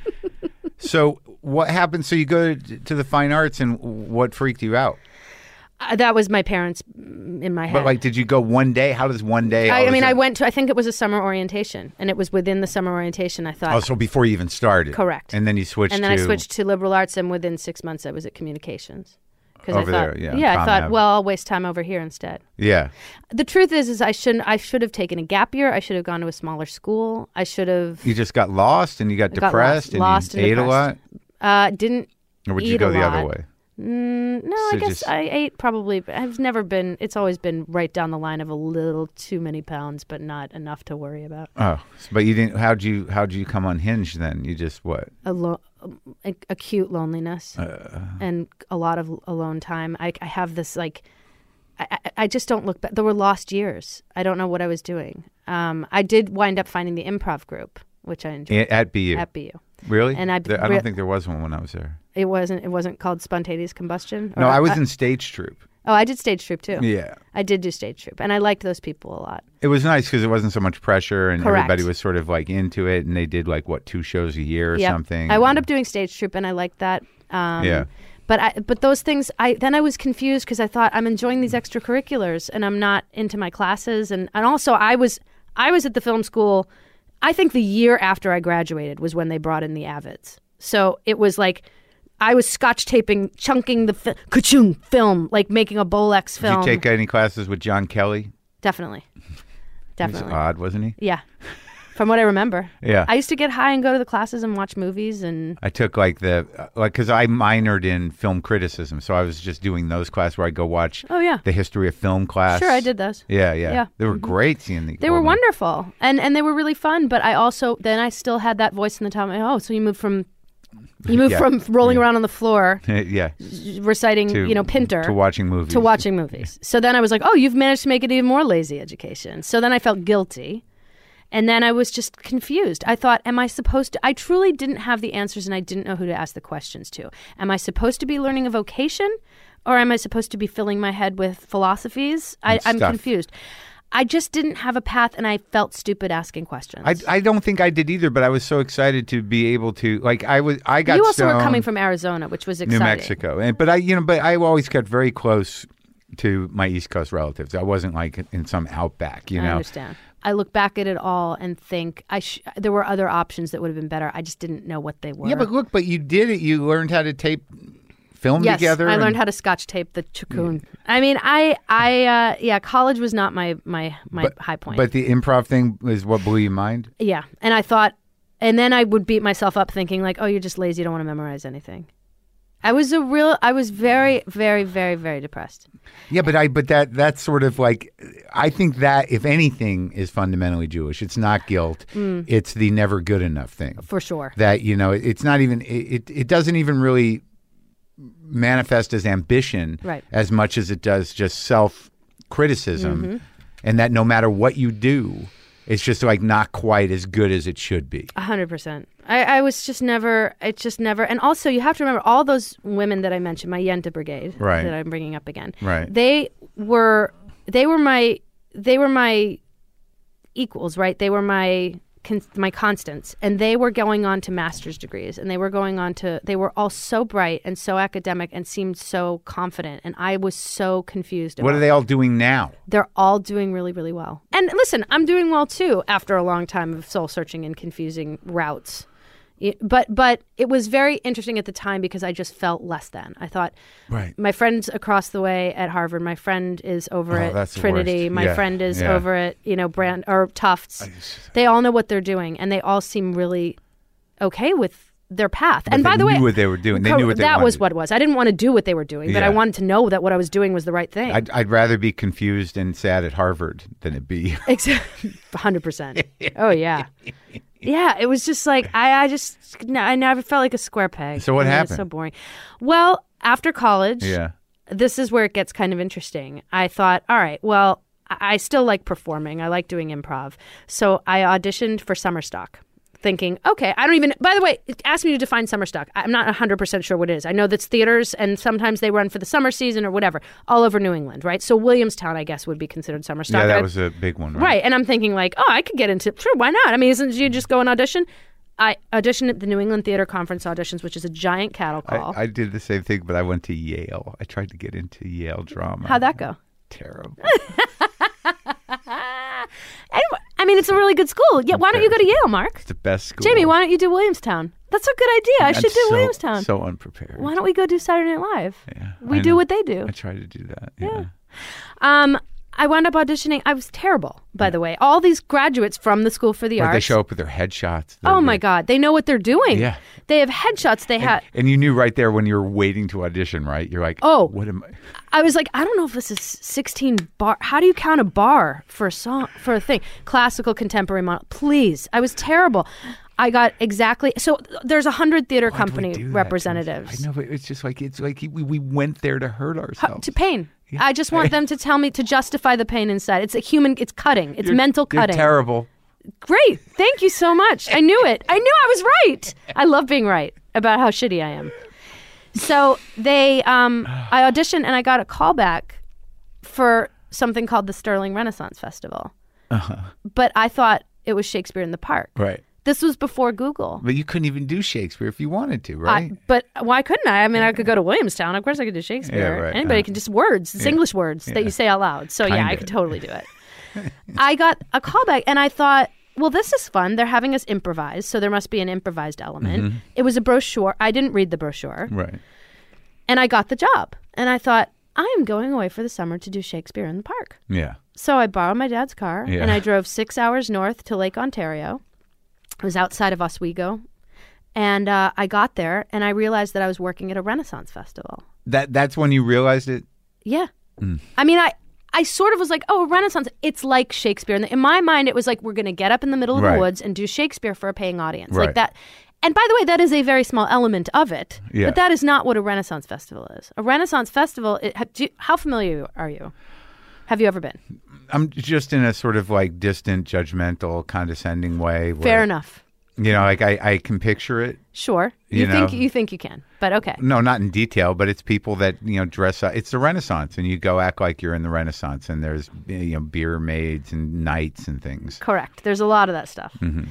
Speaker 2: so what happens? So you go to, to the fine arts, and what freaked you out?
Speaker 3: Uh, that was my parents mm, in my head.
Speaker 2: But like, did you go one day? How does one day? all
Speaker 3: I, I
Speaker 2: of a
Speaker 3: mean, I
Speaker 2: sudden-
Speaker 3: went to. I think it was a summer orientation, and it was within the summer orientation. I thought,
Speaker 2: Oh, so before you even started,
Speaker 3: Correct.
Speaker 2: And then you switched.
Speaker 3: and then
Speaker 2: to,
Speaker 3: I switched to liberal arts, and within six months, I was at communications. Because I
Speaker 2: Over
Speaker 3: thought,
Speaker 2: there, yeah,
Speaker 3: I
Speaker 2: Com
Speaker 3: thought,
Speaker 2: Ave.
Speaker 3: well, I'll waste time over here instead.
Speaker 2: Yeah,
Speaker 3: The truth is, is I shouldn't. I should have taken a gap year. I should have gone to a smaller school. I should have
Speaker 2: you just got lost, and you got
Speaker 3: got
Speaker 2: depressed, and
Speaker 3: lost, lost
Speaker 2: you
Speaker 3: and
Speaker 2: ate
Speaker 3: depressed.
Speaker 2: a lot.
Speaker 3: Uh, didn't.
Speaker 2: Or would you
Speaker 3: eat
Speaker 2: go
Speaker 3: a
Speaker 2: the other
Speaker 3: lot.
Speaker 2: way?
Speaker 3: No,
Speaker 2: So
Speaker 3: I guess
Speaker 2: just-
Speaker 3: I ate probably. but I've never been. It's always been right down the line of a little too many pounds, but not enough to worry about.
Speaker 2: Oh, but you didn't. How'd you? How'd you come unhinged? Then you just what?
Speaker 3: a lo- a- acute loneliness
Speaker 2: Uh.
Speaker 3: and a lot of alone time. I, I have this like, I, I- I just don't look back. There were lost years. I don't know what I was doing. Um, I did wind up finding the improv group, which I enjoyed
Speaker 2: A- At BU,
Speaker 3: at BU.
Speaker 2: really?
Speaker 3: and I-
Speaker 2: There- I don't
Speaker 3: re-
Speaker 2: think there was one when I was there.
Speaker 3: It wasn't. It wasn't called spontaneous combustion. or-
Speaker 2: No, I was in stage troupe.
Speaker 3: oh, I did stage troupe too.
Speaker 2: Yeah.
Speaker 3: I did do stage troupe, and I liked those people a lot.
Speaker 2: It was nice because it wasn't so much pressure, and
Speaker 3: Correct.
Speaker 2: everybody was sort of like into it, and they did like what two shows a year or
Speaker 3: Yep.
Speaker 2: something.
Speaker 3: I wound up doing stage troupe, and I liked that. Um,
Speaker 2: Yeah.
Speaker 3: But I, but those things, I then I was confused because I thought I'm enjoying these extracurriculars, and I'm not into my classes, and and also I was I was at the film school. I think the year after I graduated was when they brought in the Avids, so it was like. I was scotch taping, chunking the fi- ka film, like making a Bolex
Speaker 2: Did
Speaker 3: film.
Speaker 2: you take any classes with John Kelly?
Speaker 3: definitely,
Speaker 2: He's
Speaker 3: definitely.
Speaker 2: odd, wasn't he?
Speaker 3: Yeah, from what I remember.
Speaker 2: Yeah.
Speaker 3: I used to get high and go to the classes and watch movies and
Speaker 2: I took like the uh, like because I minored in film criticism, so I was just doing those classes where I go watch.
Speaker 3: Oh, yeah.
Speaker 2: the history of film class.
Speaker 3: Sure, I did those.
Speaker 2: Yeah, yeah,
Speaker 3: Yeah. Mm-hmm.
Speaker 2: They were great. Seeing the
Speaker 3: They were
Speaker 2: old ones.
Speaker 3: wonderful, and and they were really fun. But I also then I still had that voice in the top. of my- Oh, so you moved from you moved
Speaker 2: Yeah.
Speaker 3: from rolling around on the floor
Speaker 2: yeah,
Speaker 3: reciting
Speaker 2: to,
Speaker 3: you know Pinter
Speaker 2: to watching movies.
Speaker 3: to watching movies. So then I was like, oh, you've managed to make it even more lazy education. So then I felt guilty. And then I was just confused. I thought, am I supposed to? I truly didn't have the answers and I didn't know who to ask the questions to. Am I supposed to be learning a vocation or am I supposed to be filling my head with philosophies? I, I'm
Speaker 2: stuff.
Speaker 3: confused. I just didn't have a path and I felt stupid asking questions.
Speaker 2: I, I don't think I did either, but I was so excited to be able to like I was I got
Speaker 3: you also were
Speaker 2: stoned.
Speaker 3: coming from Arizona, which was
Speaker 2: New
Speaker 3: exciting.
Speaker 2: Mexico. And but I you know, but I always kept very close to my East Coast relatives. I wasn't like in some outback, you
Speaker 3: I
Speaker 2: know.
Speaker 3: understand. I look back at it all and think I sh- there were other options that would have been better. I just didn't know what they were.
Speaker 2: Yeah, but look, but you did it. You learned how to tape film
Speaker 3: yes,
Speaker 2: together.
Speaker 3: I
Speaker 2: and-
Speaker 3: learned how to scotch tape the chukun. I mean, I, I, uh, yeah, college was not my my my
Speaker 2: but,
Speaker 3: high point.
Speaker 2: But the improv thing is what blew your mind.
Speaker 3: yeah, and I thought, and then I would beat myself up thinking like, oh, you're just lazy. You don't want to memorize anything. I was a real. I was very, very, very, very depressed.
Speaker 2: Yeah, but I but that that's sort of like I think that if anything is fundamentally Jewish, it's not guilt.
Speaker 3: Mm.
Speaker 2: It's the never good enough thing.
Speaker 3: For sure.
Speaker 2: that you know it- it's not even it, it, it doesn't even really manifest as ambition
Speaker 3: Right.
Speaker 2: as
Speaker 3: Mm-hmm.
Speaker 2: much as it does just self criticism and that no matter what you do It's just like not quite as good as it should be.
Speaker 3: A hundred percent. I, I was just never. It just never. And also, you have to remember all those women that I mentioned, my Yenta Brigade,
Speaker 2: Right.
Speaker 3: that I'm bringing up again.
Speaker 2: Right.
Speaker 3: They were. They were my. They were my equals. Right. They were my. Con- my constants, and they were going on to master's degrees, and they were going on to. They were all so bright and so academic, and seemed so confident, and I was so confused. About
Speaker 2: What are they all doing now?
Speaker 3: they're all doing really, really well. And listen, I'm doing well too after a long time of soul searching and confusing routes. Y- But but it was very interesting at the time because I just felt less than. I thought
Speaker 2: Right.
Speaker 3: my friend's across the way at Harvard. My friend is over
Speaker 2: Oh,
Speaker 3: at
Speaker 2: that's the
Speaker 3: Trinity.
Speaker 2: worst.
Speaker 3: My
Speaker 2: Yeah,
Speaker 3: friend is
Speaker 2: yeah.
Speaker 3: over at you know Brand or Tufts. They all know what they're doing, and they all seem really okay with their path. and
Speaker 2: they
Speaker 3: by the way,
Speaker 2: knew what they were doing. They knew what they
Speaker 3: that was
Speaker 2: wanted.
Speaker 3: what it was. I didn't want to do what they were doing, but
Speaker 2: Yeah.
Speaker 3: I wanted to know that what I was doing was the right thing.
Speaker 2: I'd, I'd rather be confused and sad at Harvard than it be.
Speaker 3: Exactly, hundred percent. Oh yeah, yeah. It was just like I, I just, no, I never felt like a square peg.
Speaker 2: So what
Speaker 3: You know, it's
Speaker 2: happened?
Speaker 3: so boring. Well, after college,
Speaker 2: yeah.
Speaker 3: this is where it gets kind of interesting. I thought, all right, well, I I still like performing. I like doing improv. So I auditioned for Summer Stock, thinking, okay, I don't even, by the way, ask me to define Summer Stock. I'm not 100% sure what it is. I know that's theaters and sometimes they run for the summer season or whatever, all over New England, right? So Williamstown, I guess, would be considered Summer Stock.
Speaker 2: Yeah,
Speaker 3: I-
Speaker 2: that was a big one, right?
Speaker 3: Right. And I'm thinking like, oh, I could get into sure, why not? I mean, isn't you just go and audition? I auditioned at the New England Theater Conference auditions, which is a giant cattle call.
Speaker 2: I, I did the same thing, but I went to Yale. I tried to get into Yale drama.
Speaker 3: How'd that go?
Speaker 2: Terrible.
Speaker 3: I, I mean, it's a really good school. Yeah, why don't you go to Yale, Mark?
Speaker 2: It's the best school.
Speaker 3: Jamie, why don't you do Williamstown? That's a good idea. I
Speaker 2: I'm
Speaker 3: should do
Speaker 2: so-
Speaker 3: Williamstown.
Speaker 2: So unprepared.
Speaker 3: why don't we go do Saturday Night Live? we
Speaker 2: I
Speaker 3: do
Speaker 2: know.
Speaker 3: what they do.
Speaker 2: I tried to do that. Yeah.
Speaker 3: Um, I wound up auditioning. I was terrible, by the way. All these graduates from the School for the
Speaker 2: But
Speaker 3: Arts.
Speaker 2: they show up with their headshots. They're
Speaker 3: oh my
Speaker 2: weird.
Speaker 3: God, they know what they're doing.
Speaker 2: Yeah.
Speaker 3: They have headshots. They have.
Speaker 2: And you knew right there when you were waiting to audition, right? You're like,
Speaker 3: Oh.
Speaker 2: what am I?
Speaker 3: I was like, I don't know if this is 16 bar. How do you count a bar for a song for a thing? Classical, contemporary, model. Please, I was terrible. I got exactly so. There's a hundred theater
Speaker 2: Why do we do that
Speaker 3: company
Speaker 2: to us?
Speaker 3: representatives
Speaker 2: I know, but it's just like it's like we, we went there to hurt
Speaker 3: Pu-
Speaker 2: ourselves.
Speaker 3: to pain. I just want them to tell me to justify the pain inside. It's a human. It's cutting. It's mental
Speaker 2: You're
Speaker 3: cutting.
Speaker 2: terrible.
Speaker 3: Great. Thank you so much. I knew it. I knew I was right. I love being right about how shitty I am. So they, um, I auditioned and I got a call back for something called the Sterling Renaissance Festival. But I thought it was Shakespeare in the Park.
Speaker 2: Right.
Speaker 3: This was before Google.
Speaker 2: But you couldn't even do Shakespeare if you wanted to,
Speaker 3: I-
Speaker 2: right?
Speaker 3: but why couldn't I? I mean, I could go to Williamstown. Of course, I could do Shakespeare.
Speaker 2: Yeah, right.
Speaker 3: Anybody
Speaker 2: Uh-huh.
Speaker 3: can just words. It's English words that you say out loud. So yeah, I
Speaker 2: Kinda.
Speaker 3: could totally do it. I got a call back, and I thought, well, this is fun. They're having us improvise, so there must be an improvised element.
Speaker 2: Mm-hmm.
Speaker 3: It was a brochure. I didn't read the brochure,
Speaker 2: right.
Speaker 3: and I got the job. And I thought, I am going away for the summer to do Shakespeare in the Park.
Speaker 2: Yeah.
Speaker 3: So I borrowed my dad's car
Speaker 2: Yeah.
Speaker 3: and I drove six hours north to Lake Ontario. It was outside of Oswego. And uh, I got there and I realized that I was working at a Renaissance festival.
Speaker 2: That that's when you realized it.
Speaker 3: Yeah.
Speaker 2: Mm.
Speaker 3: I mean, I. I sort of was like, oh, Renaissance, it's like Shakespeare. And in my mind, it was like, we're going to get up in the middle of
Speaker 2: Right.
Speaker 3: the woods and do Shakespeare for a paying audience.
Speaker 2: Right.
Speaker 3: Like that. And by the way, that is a very small element of it.
Speaker 2: Yeah.
Speaker 3: But that is not what a Renaissance festival is. A Renaissance festival, it, ha- do you- how familiar are you? Have you ever been?
Speaker 2: I'm just in a sort of like distant, judgmental, condescending way. Where,
Speaker 3: Fair enough.
Speaker 2: You know, like I, I can picture it.
Speaker 3: Sure. You,
Speaker 2: You
Speaker 3: think
Speaker 2: know?
Speaker 3: you think you can. But okay.
Speaker 2: No, not in detail, but it's people that you know dress up. It's the Renaissance, and you go act like you're in the Renaissance, and there's you know beer maids and knights and things.
Speaker 3: Correct. There's a lot of that stuff.
Speaker 2: Mm-hmm.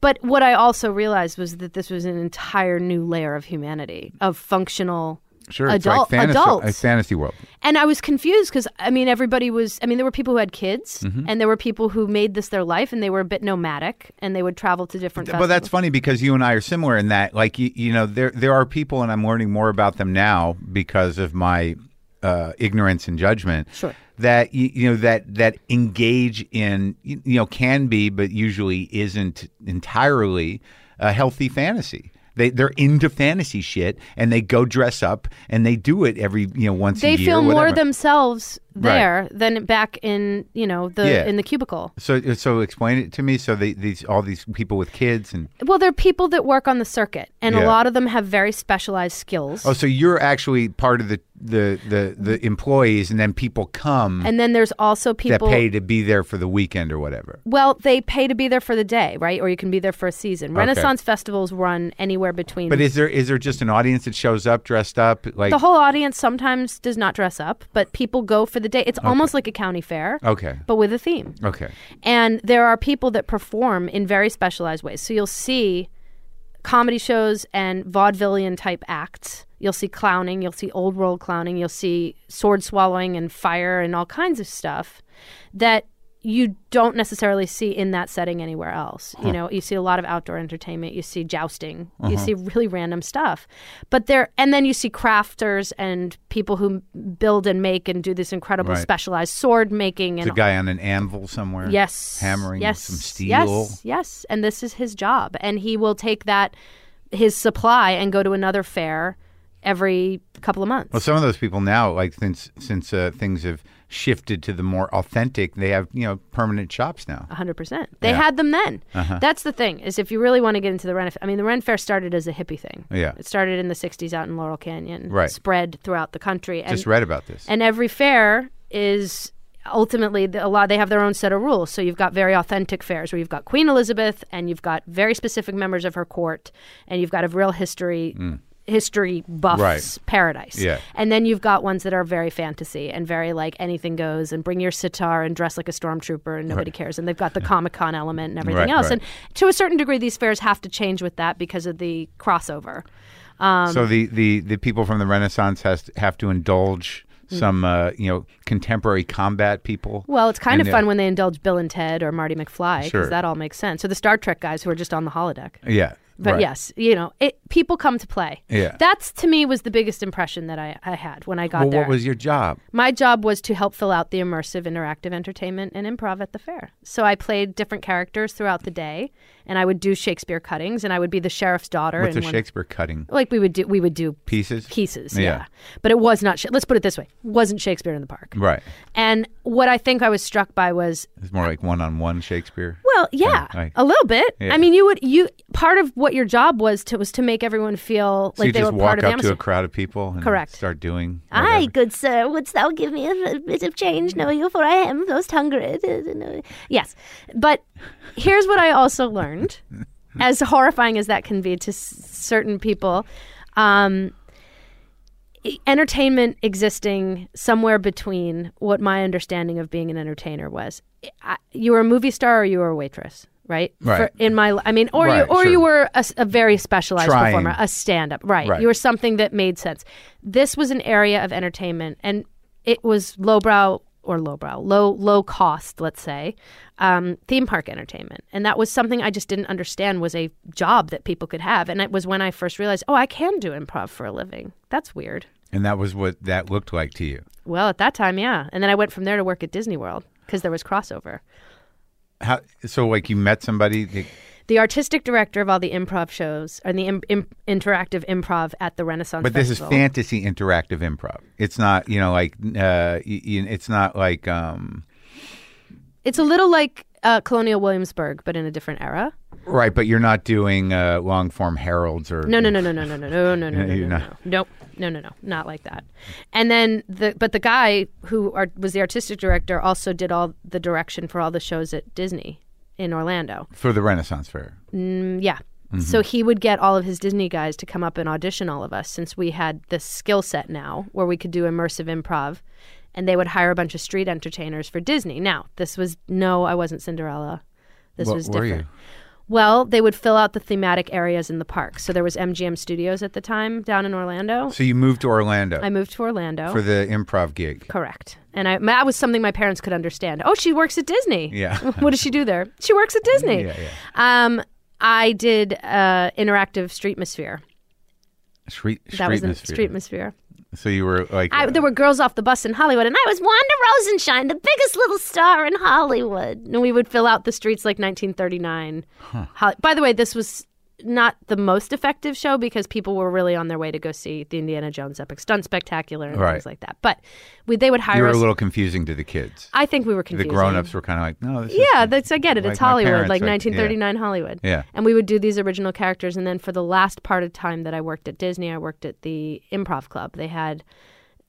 Speaker 3: But what I also realized was that this was an entire new layer of humanity, of functional
Speaker 2: Sure,
Speaker 3: adult
Speaker 2: it's like fantasy,
Speaker 3: adults.
Speaker 2: a fantasy world.
Speaker 3: and I was confused because I mean everybody was I mean there were people who had kids
Speaker 2: Mm-hmm.
Speaker 3: and there were people who made this their life and they were a bit nomadic and they would travel to different
Speaker 2: But that's
Speaker 3: festivals.
Speaker 2: funny because you and I are similar in that, like you, you know, there there are people, and I'm learning more about them now because of my uh, ignorance and judgment.
Speaker 3: Sure.
Speaker 2: That you, you know that that engage in you, you know can be, but usually isn't entirely a healthy fantasy. They they're into fantasy shit, and they go dress up, and they do it every you know once a
Speaker 3: they
Speaker 2: year.
Speaker 3: feel more
Speaker 2: whatever.
Speaker 3: themselves there than back in you know the
Speaker 2: Yeah.
Speaker 3: in the cubicle.
Speaker 2: So so explain it to me. So they, these all these people with kids and
Speaker 3: Well, there are people that work on the circuit, and
Speaker 2: Yeah.
Speaker 3: a lot of them have very specialized skills.
Speaker 2: oh, so you're actually part of the the the, the employees, and then people come
Speaker 3: and then there's also
Speaker 2: that
Speaker 3: people
Speaker 2: pay to be there for the weekend or whatever.
Speaker 3: Well, they pay to be there for the day, right? Or you can be there for a season. Renaissance festivals run anywhere between.
Speaker 2: But is there is there just an audience that shows up dressed up like
Speaker 3: the whole audience sometimes does not dress up, but people go for the day. It's almost like a county fair,
Speaker 2: okay
Speaker 3: but with a theme.
Speaker 2: okay
Speaker 3: And there are people that perform in very specialized ways. So you'll see comedy shows and vaudevillian type acts. You'll see clowning, you'll see old world clowning, you'll see sword swallowing and fire and all kinds of stuff that you don't necessarily see in that setting anywhere else. You know, you see a lot of outdoor entertainment, you see jousting, you see really random stuff. But there and then you see crafters and people who build and make and do this incredible
Speaker 2: Right.
Speaker 3: specialized sword making and
Speaker 2: the guy on an anvil somewhere
Speaker 3: Yes.
Speaker 2: hammering
Speaker 3: yes.
Speaker 2: some steel
Speaker 3: Yes. Yes. And this is his job. And he will take that, his supply, and go to another fair every couple of months.
Speaker 2: Well, some of those people now, like since since uh, things have shifted to the more authentic, they have you know permanent shops
Speaker 3: Um,
Speaker 2: now.
Speaker 3: 100%. They
Speaker 2: Yeah. Uh-huh.
Speaker 3: had them then. That's the thing is if you really want to get into the Ren Fair, I mean the Ren Fair started as a hippie thing.
Speaker 2: Yeah.
Speaker 3: It started in the 60s out in Laurel Canyon,
Speaker 2: Right.
Speaker 3: spread throughout the country and
Speaker 2: Just read about this.
Speaker 3: and every fair is ultimately the, a lot they have their own set of rules so you've got very authentic fairs where you've got queen elizabeth and you've got very specific members of her court and you've got a real history history buffs
Speaker 2: Mm. Right.
Speaker 3: paradise
Speaker 2: Yeah.
Speaker 3: and then you've got ones that are very fantasy and very like anything goes and bring your sitar and dress like a stormtrooper and nobody cares and they've got the comic-con element and everything
Speaker 2: Right,
Speaker 3: else
Speaker 2: right.
Speaker 3: and to a certain degree these fairs have to change with that because of the crossover um,
Speaker 2: so the, the the people from the Renaissance has to, have to indulge
Speaker 3: Mm.
Speaker 2: some uh, you know contemporary combat people.
Speaker 3: Well, it's kind
Speaker 2: And
Speaker 3: of
Speaker 2: the-
Speaker 3: fun when they indulge Bill and Ted or Marty McFly because
Speaker 2: Sure.
Speaker 3: that all makes sense. Or the Star Trek guys who are just on the holodeck.
Speaker 2: yeah.
Speaker 3: But
Speaker 2: right.
Speaker 3: yes, you know, it, people come to play.
Speaker 2: Yeah.
Speaker 3: That's to me was the biggest impression that I, I had when I got
Speaker 2: Well,
Speaker 3: there.
Speaker 2: what was your job?
Speaker 3: My job was to help fill out the immersive interactive entertainment and improv at the fair. So I played different characters throughout the day and I would do Shakespeare cuttings and I would be the sheriff's daughter
Speaker 2: What's
Speaker 3: and
Speaker 2: a Shakespeare cutting
Speaker 3: like we would do we would do
Speaker 2: pieces?
Speaker 3: pieces,
Speaker 2: Yeah.
Speaker 3: yeah. But it was not Sha- let's put it this way. Wasn't Shakespeare in the Park.
Speaker 2: Right.
Speaker 3: And what I think I was struck by was
Speaker 2: It's more like one on one Shakespeare.
Speaker 3: Well, yeah,
Speaker 2: right.
Speaker 3: a little bit.
Speaker 2: Yeah.
Speaker 3: I mean, you would you part of what your job was to was to make everyone feel
Speaker 2: so
Speaker 3: like
Speaker 2: you
Speaker 3: they
Speaker 2: just
Speaker 3: were
Speaker 2: walk
Speaker 3: part of the
Speaker 2: up to a
Speaker 3: atmosphere.
Speaker 2: crowd of people and
Speaker 3: Correct.
Speaker 2: start doing.
Speaker 4: Aye,
Speaker 2: whatever.
Speaker 4: good sir, wouldst thou give me a bit of change, know you, for I am most hungry.
Speaker 3: yes, but here's what I also learned, as horrifying as that can be to s- certain people. Um, e- entertainment existing somewhere between what my understanding of being an entertainer was. I, you were a movie star or you were a waitress, right?
Speaker 2: Right.
Speaker 3: in my, li- I mean, or you,
Speaker 2: Right,
Speaker 3: or
Speaker 2: sure.
Speaker 3: you were a, s- a very specialized
Speaker 2: Trying.
Speaker 3: performer, a stand up, right?
Speaker 2: Right.
Speaker 3: You were something that made sense. This was an area of entertainment, and it was lowbrow or lowbrow, low low cost, let's say, um, theme park entertainment, and that was something I just didn't understand was a job that people could have, and it was when I first realized, oh, I can do improv for a living. That's weird.
Speaker 2: And that was what that looked like to you.
Speaker 3: Well, at that time, yeah, and then I went from there to work at Disney World because there was crossover.
Speaker 2: How, so like you met somebody. That,
Speaker 3: The artistic director of all the improv shows and the Im- Im- interactive improv at the Renaissance.
Speaker 2: But this is
Speaker 3: Festival.
Speaker 2: fantasy interactive improv. It's not, you know, like uh, y- y- it's not like um,
Speaker 3: It's a little like uh, Colonial Williamsburg, but in a different era.
Speaker 2: right. But you're not doing uh, long form heralds or
Speaker 3: No, no, no, no, no, no, no, no, no, no, no,
Speaker 2: you're
Speaker 3: no, no,
Speaker 2: not.
Speaker 3: nope, no, no, no, not like that. And then the but the guy who are, was the artistic director also did all the direction for all the shows at Disney in Orlando.
Speaker 2: for the Renaissance Fair.
Speaker 3: Mm, yeah.
Speaker 2: Mm-hmm.
Speaker 3: So he would get all of his Disney guys to come up and audition all of us since we had this skill set now where we could do immersive improv and they would hire a bunch of street entertainers for Disney. Now, this was no, I wasn't Cinderella. This
Speaker 2: What
Speaker 3: was
Speaker 2: were
Speaker 3: different.
Speaker 2: you?
Speaker 3: Well, they would fill out the thematic areas in the park. So there was MGM Studios at the time down in Orlando.
Speaker 2: So you moved to Orlando
Speaker 3: I moved to Orlando.
Speaker 2: for the improv gig.
Speaker 3: Correct. And I, that was something my parents could understand. Oh, she works at Disney.
Speaker 2: Yeah.
Speaker 3: what does she do there? She works at Disney.
Speaker 2: Yeah, yeah.
Speaker 3: Um, I did uh, interactive streetmosphere.
Speaker 2: Street, street
Speaker 3: That was in streetmosphere.
Speaker 2: So you were like,
Speaker 3: I, there were girls off the bus in Hollywood, and I was one.
Speaker 4: Wanda Rosenshine, the biggest little star in Hollywood.
Speaker 3: And we would fill out the streets like 1939. Hol- By the way, this was not the most effective show because people were really on their way to go see the Indiana Jones Epic Stunt Spectacular and
Speaker 2: Right.
Speaker 3: things like that. But we, they would
Speaker 2: You
Speaker 3: hire
Speaker 2: were a
Speaker 3: us.
Speaker 2: little confusing to the kids.
Speaker 3: I think we were
Speaker 2: The
Speaker 3: confused.
Speaker 2: grown-ups were kind of like, no, this is
Speaker 3: Yeah, that's I get it.
Speaker 2: Like
Speaker 3: it's
Speaker 2: my
Speaker 3: Hollywood,
Speaker 2: parents,
Speaker 3: like
Speaker 2: like- yeah.
Speaker 3: 1939 Hollywood.
Speaker 2: Yeah.
Speaker 3: And we would do these original characters, and then for the last part of time that I worked at Disney, I worked at the Improv Club. They had,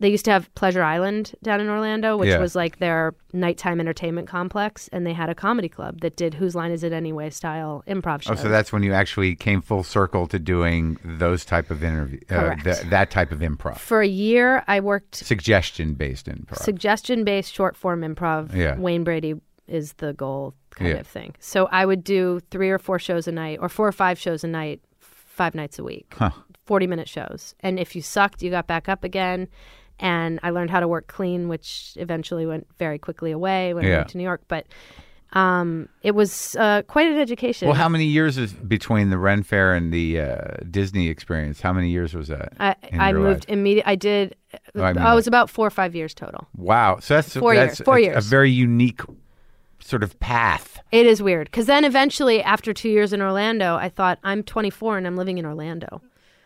Speaker 3: they used to have Pleasure Island down in Orlando, which
Speaker 2: Yeah.
Speaker 3: was like their nighttime entertainment complex, and they had a comedy club that did Whose Line Is It Anyway style improv shows.
Speaker 2: Oh, so that's when you actually came full circle to doing those type of interview, uh,
Speaker 3: Correct.
Speaker 2: th- that type of improv,
Speaker 3: for a year, I worked
Speaker 2: suggestion-based improv.
Speaker 3: suggestion based short form improv.
Speaker 2: Yeah.
Speaker 3: Wayne Brady is the goal kind
Speaker 2: Yeah.
Speaker 3: of thing. So I would do three or four shows a night or four or five shows a night, five nights a week, 40 minute shows. And if you sucked, you got back up again. And I learned how to work clean, which eventually went very quickly away when
Speaker 2: Yeah.
Speaker 3: I moved to New York. But um, it was uh, quite an education.
Speaker 2: well, how many years is between the Ren Fair and the uh, Disney experience? How many years was that?
Speaker 3: I,
Speaker 2: in
Speaker 3: I
Speaker 2: your
Speaker 3: moved
Speaker 2: life?
Speaker 3: immediately. I did.
Speaker 2: I mean
Speaker 3: I was about four or five years total.
Speaker 2: Wow, so that's
Speaker 3: Four
Speaker 2: that's
Speaker 3: years. Four
Speaker 2: a, a
Speaker 3: years.
Speaker 2: very unique sort of path.
Speaker 3: It is weird because then eventually, after two years in Orlando, I thought I'm 24 and I'm living in Orlando,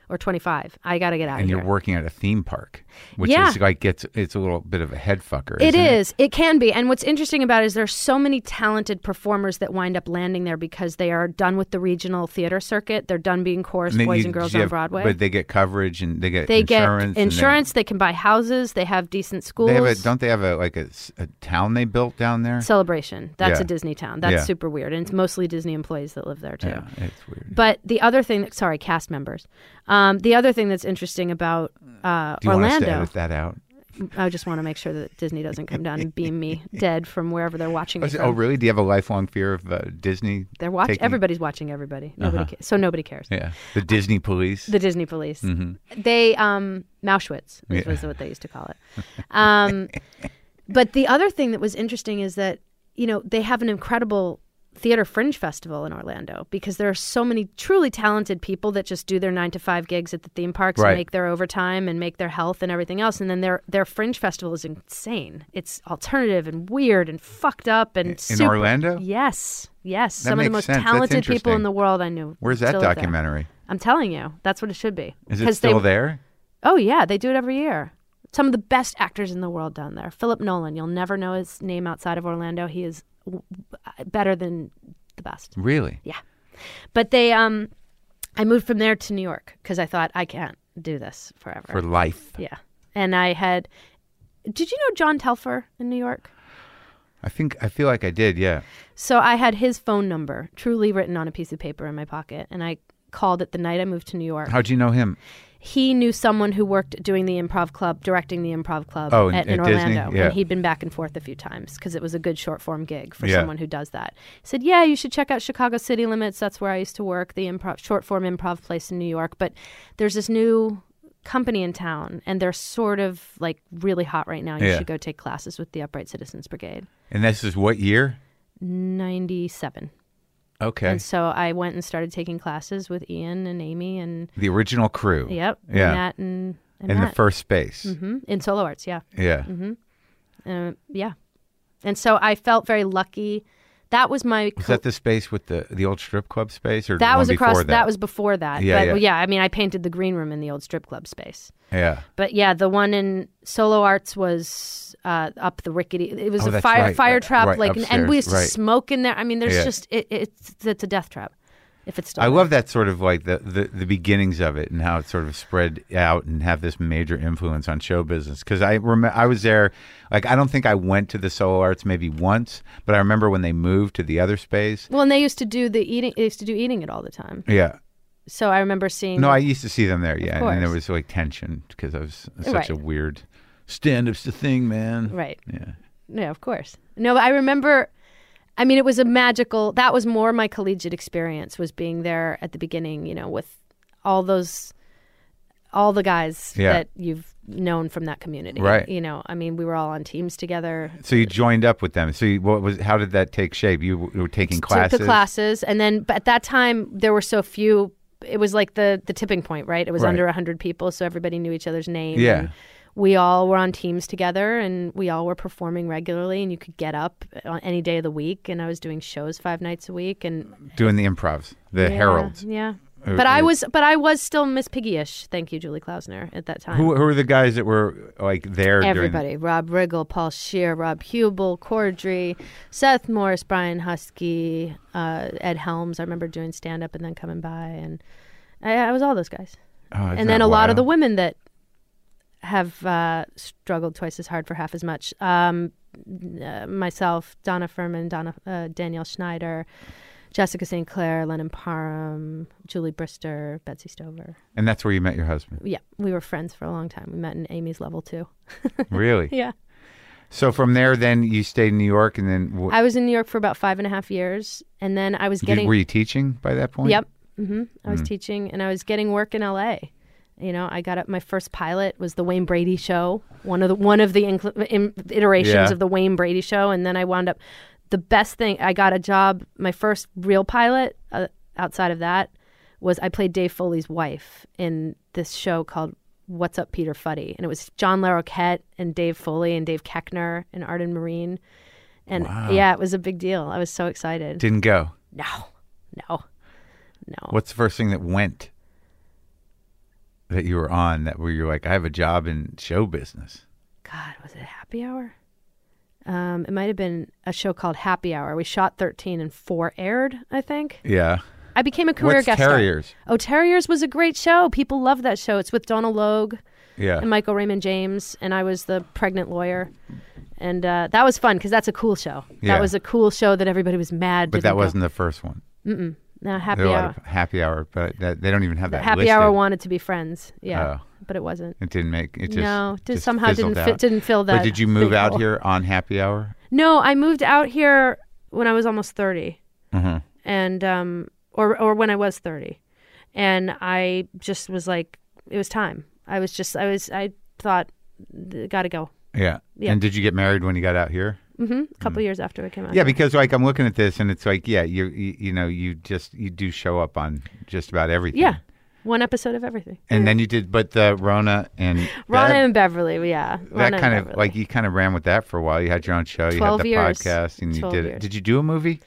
Speaker 3: or 25. I got to get out
Speaker 2: and
Speaker 3: of
Speaker 2: you're
Speaker 3: here.
Speaker 2: working at a theme park, which
Speaker 3: Yeah.
Speaker 2: is like it's it's a little bit of a head fucker.
Speaker 3: It
Speaker 2: isn't
Speaker 3: is. It can be. And what's interesting about it is there's so many talented performers that wind up landing there because they are done with the regional theater circuit. They're done being chorus
Speaker 2: And then
Speaker 3: boys
Speaker 2: you-
Speaker 3: and
Speaker 2: did
Speaker 3: girls
Speaker 2: you
Speaker 3: on
Speaker 2: have-
Speaker 3: Broadway.
Speaker 2: but they get coverage and they get
Speaker 3: they
Speaker 2: insurance. and
Speaker 3: get
Speaker 2: they-
Speaker 3: insurance. They can buy houses. They have decent schools.
Speaker 2: They have a don't they have a like a, s- a town they built down there?
Speaker 3: celebration. That's
Speaker 2: Yeah.
Speaker 3: a Disney town. That's
Speaker 2: Yeah.
Speaker 3: super weird. And it's mostly Disney employees that live there too.
Speaker 2: yeah, it's weird.
Speaker 3: But the other thing, that, sorry, cast members. Um, the other thing that's interesting about uh,
Speaker 2: Do you want us to
Speaker 3: Orlando,
Speaker 2: edit that out?
Speaker 3: I just want to make sure that Disney doesn't come down and beam me dead from wherever they're watching.
Speaker 2: Oh,
Speaker 3: It
Speaker 2: is it-
Speaker 3: from.
Speaker 2: oh, really? Do you have a lifelong fear of uh, Disney?
Speaker 3: They're watching.
Speaker 2: taking- Uh-huh.
Speaker 3: Everybody's watching everybody. Nobody ca- so nobody cares.
Speaker 2: Yeah, the Disney police.
Speaker 3: The Disney police. They um, Mauschwitz is-
Speaker 2: Mm-hmm. Yeah.
Speaker 3: was what they used to call it. Um, but the other thing that was interesting is that you know they have an incredible theater fringe festival in Orlando because there are so many truly talented people that just do their 9 to 5 gigs at the theme parks
Speaker 2: Right.
Speaker 3: and make their overtime and make their health and everything else and then their their fringe festival is insane. It's alternative and weird and fucked up and
Speaker 2: in
Speaker 3: super-
Speaker 2: Orlando?
Speaker 3: Yes. Yes. Some of the
Speaker 2: makes
Speaker 3: most
Speaker 2: sense. That's
Speaker 3: talented people
Speaker 2: interesting.
Speaker 3: in the world I knew.
Speaker 2: Where's that
Speaker 3: still live there.
Speaker 2: documentary?
Speaker 3: I'm telling you, that's what it should be.
Speaker 2: Is it
Speaker 3: 'Cause they-
Speaker 2: still there?
Speaker 3: Oh yeah, they do it every year. Some of the best actors in the world down there. Philip Nolan. You'll never know his name outside of Orlando. He is w- w- better than the best.
Speaker 2: Really?
Speaker 3: But they, um, I moved from there to New York because I thought I can't do this forever.
Speaker 2: For life.
Speaker 3: yeah, and I had. Did you know John Telfer in New York?
Speaker 2: I think I feel like I did. Yeah.
Speaker 3: So I had his phone number truly written on a piece of paper in my pocket, and I called it the night I moved to New York.
Speaker 2: How'd you know him?
Speaker 3: he knew someone who worked doing the improv club, directing the improv club
Speaker 2: Oh, in-
Speaker 3: at, in
Speaker 2: at Disney?
Speaker 3: Orlando.
Speaker 2: Yeah.
Speaker 3: And he'd been back and forth a few times because it was a good short form gig for
Speaker 2: Yeah.
Speaker 3: someone who does that. He said, Yeah, you should check out Chicago City Limits. That's where I used to work, the improv short form improv place in New York. But there's this new company in town and they're sort of like really hot right now. You
Speaker 2: Yeah.
Speaker 3: should go take classes with the Upright Citizens Brigade.
Speaker 2: And this is what year?
Speaker 3: Ninety seven.
Speaker 2: Okay.
Speaker 3: And so I went and started taking classes with Ian and Amy and
Speaker 2: The original crew.
Speaker 3: Yep.
Speaker 2: Yeah.
Speaker 3: And that Mm-hmm. and, and
Speaker 2: in the
Speaker 3: Matt.
Speaker 2: first space.
Speaker 3: hmm in solo arts, yeah.
Speaker 2: Yeah.
Speaker 3: Uh, yeah. And so I felt very lucky. That was my.
Speaker 2: Was that the space with the the old strip club space, or
Speaker 3: that
Speaker 2: the
Speaker 3: was
Speaker 2: one
Speaker 3: across.
Speaker 2: Before
Speaker 3: That.
Speaker 2: that?
Speaker 3: was before that.
Speaker 2: Yeah,
Speaker 3: but
Speaker 2: yeah.
Speaker 3: well, I mean, I painted the green room in the old strip club space.
Speaker 2: yeah.
Speaker 3: But yeah, the one in Solo Arts was uh, up the rickety. It was
Speaker 2: Oh,
Speaker 3: a
Speaker 2: that's
Speaker 3: fire
Speaker 2: right,
Speaker 3: fire
Speaker 2: right,
Speaker 3: trap,
Speaker 2: right,
Speaker 3: like, and
Speaker 2: upstairs,
Speaker 3: we used to
Speaker 2: right.
Speaker 3: smoke in there. I mean, there's
Speaker 2: Yeah.
Speaker 3: just it, it's it's a death trap. If it's still
Speaker 2: I
Speaker 3: there.
Speaker 2: love that sort of like the, the the beginnings of it and how it sort of spread out and have this major influence on show business. Because I remember I was there, like I don't think I went to the Solo Arts maybe once, but I remember when they moved to the other space.
Speaker 3: Well, and they used to do the eating. They used to do eating it all the time.
Speaker 2: Yeah,
Speaker 3: So I remember seeing.
Speaker 2: no, I used to see them there. Yeah, and there
Speaker 3: course.
Speaker 2: was like tension because I was such
Speaker 3: Right.
Speaker 2: a weird stand up's the thing, man.
Speaker 3: right.
Speaker 2: Yeah.
Speaker 3: Yeah, of course. No, I remember. I mean, it was a magical. That was more my collegiate experience was being there at the beginning. You know, with all those, all the guys
Speaker 2: Yeah.
Speaker 3: that you've known from that community.
Speaker 2: Right.
Speaker 3: You know, I mean, we were all on teams together.
Speaker 2: So you joined up with them. So you, what was how did that take shape? You were taking classes.
Speaker 3: Took the classes, and then but at that time there were so few. It was like the the tipping point, right? It was
Speaker 2: Right.
Speaker 3: under under hundred people, so everybody knew each other's name.
Speaker 2: Yeah.
Speaker 3: and we all were on teams together, and we all were performing regularly. And you could get up on any day of the week, and I was doing shows five nights a week, and
Speaker 2: doing the improvs, the
Speaker 3: yeah,
Speaker 2: heralds.
Speaker 3: Yeah, But I was, but I was still Miss Piggy-ish. Thank you, Julie Klausner, at that time.
Speaker 2: Who, who are the guys that were like there? During
Speaker 3: Everybody: Rob Riggle, Paul Shear, Rob Hubel, Cordry, Seth Morris, Brian Husky, uh, Ed Helms. I remember doing stand up and then coming by, and I, I was all those guys.
Speaker 2: Oh, isn't
Speaker 3: and then
Speaker 2: that
Speaker 3: a lot of
Speaker 2: wild?
Speaker 3: the women that have uh, struggled twice as hard for half as much. Um, uh, myself, Donna Furman, Donna uh, Danielle Schneider, Jessica St. Clair, Lennon Parham, Julie Brister, Betsy Stover.
Speaker 2: And that's where you met your husband.
Speaker 3: Yeah, we were friends for a long time. We met in Amy's level too.
Speaker 2: Really?
Speaker 3: Yeah.
Speaker 2: So from there, then you stayed in New York, and then wh-
Speaker 3: I was in New York for about five and a half years, and then I was
Speaker 2: did-
Speaker 3: getting.
Speaker 2: were you teaching by that point?
Speaker 3: Yep. hmm I was teaching and I was getting work in LA. You know, I got up. My first pilot was the Wayne Brady Show, one of the one of the incl- im iterations
Speaker 2: Yeah.
Speaker 3: of the Wayne Brady Show, and then I wound up. The best thing I got a job. My first real pilot uh, outside of that was I played Dave Foley's wife in this show called What's Up, Peter Fuddy, and it was John Larroquette and Dave Foley and Dave Keckner and Arden Marine, and yeah, it was a big deal. I was so excited.
Speaker 2: Didn't go.
Speaker 3: no, no, no.
Speaker 2: What's the first thing that went that you were on that where you're like, I have a job in show business?
Speaker 3: God, was it Happy Hour? Um, it might have been a show called Happy Hour. We shot 13 and four aired, I think.
Speaker 2: Yeah.
Speaker 3: I became a career
Speaker 2: What's
Speaker 3: guest. star.
Speaker 2: Terriers?
Speaker 3: Oh, Terriers was a great show. People love that show. It's with Donald Logue
Speaker 2: Yeah.
Speaker 3: and Michael Raymond James, and I was the pregnant lawyer. And uh, that was fun because that's a cool show.
Speaker 2: Yeah.
Speaker 3: That was a cool show that everybody was mad.
Speaker 2: but
Speaker 3: didn't
Speaker 2: that
Speaker 3: go.
Speaker 2: wasn't the first one.
Speaker 3: no,
Speaker 2: There
Speaker 3: Happy
Speaker 2: are a
Speaker 3: Hour.
Speaker 2: lot of happy hour, but that, they don't even have that.
Speaker 3: Happy
Speaker 2: listed.
Speaker 3: Hour wanted to be friends. Yeah,
Speaker 2: Oh.
Speaker 3: but it wasn't.
Speaker 2: It didn't make it. Just,
Speaker 3: no, just,
Speaker 2: just
Speaker 3: somehow didn't
Speaker 2: fizzled out.
Speaker 3: fit, didn't fill that.
Speaker 2: But did you move
Speaker 3: big
Speaker 2: out
Speaker 3: hole.
Speaker 2: here on happy hour?
Speaker 3: No, I moved out here when I was almost 30
Speaker 2: Mm-hmm.
Speaker 3: and um, or or when I was thirty, and I just was like, it was time. I was just, I was, I thought, "Th- gotta go.
Speaker 2: Yeah.
Speaker 3: Yeah.
Speaker 2: And did you get married when you got out here?
Speaker 3: hmm A couple years after I came out.
Speaker 2: Mm. Yeah, because like I'm looking at this and it's like, yeah, you you, you know, you just you do show up on just about everything.
Speaker 3: yeah, one episode of everything.
Speaker 2: And then you did, but the Rona and
Speaker 3: Ronna
Speaker 2: Bev-
Speaker 3: and Beverly, yeah.
Speaker 2: that
Speaker 3: Ronna
Speaker 2: kind
Speaker 3: and
Speaker 2: of like you kind of ran with that for a while. You had your own show, you had
Speaker 3: 12
Speaker 2: the
Speaker 3: years.
Speaker 2: podcast, and you
Speaker 3: 12
Speaker 2: did it.
Speaker 3: years.
Speaker 2: Did you do a movie?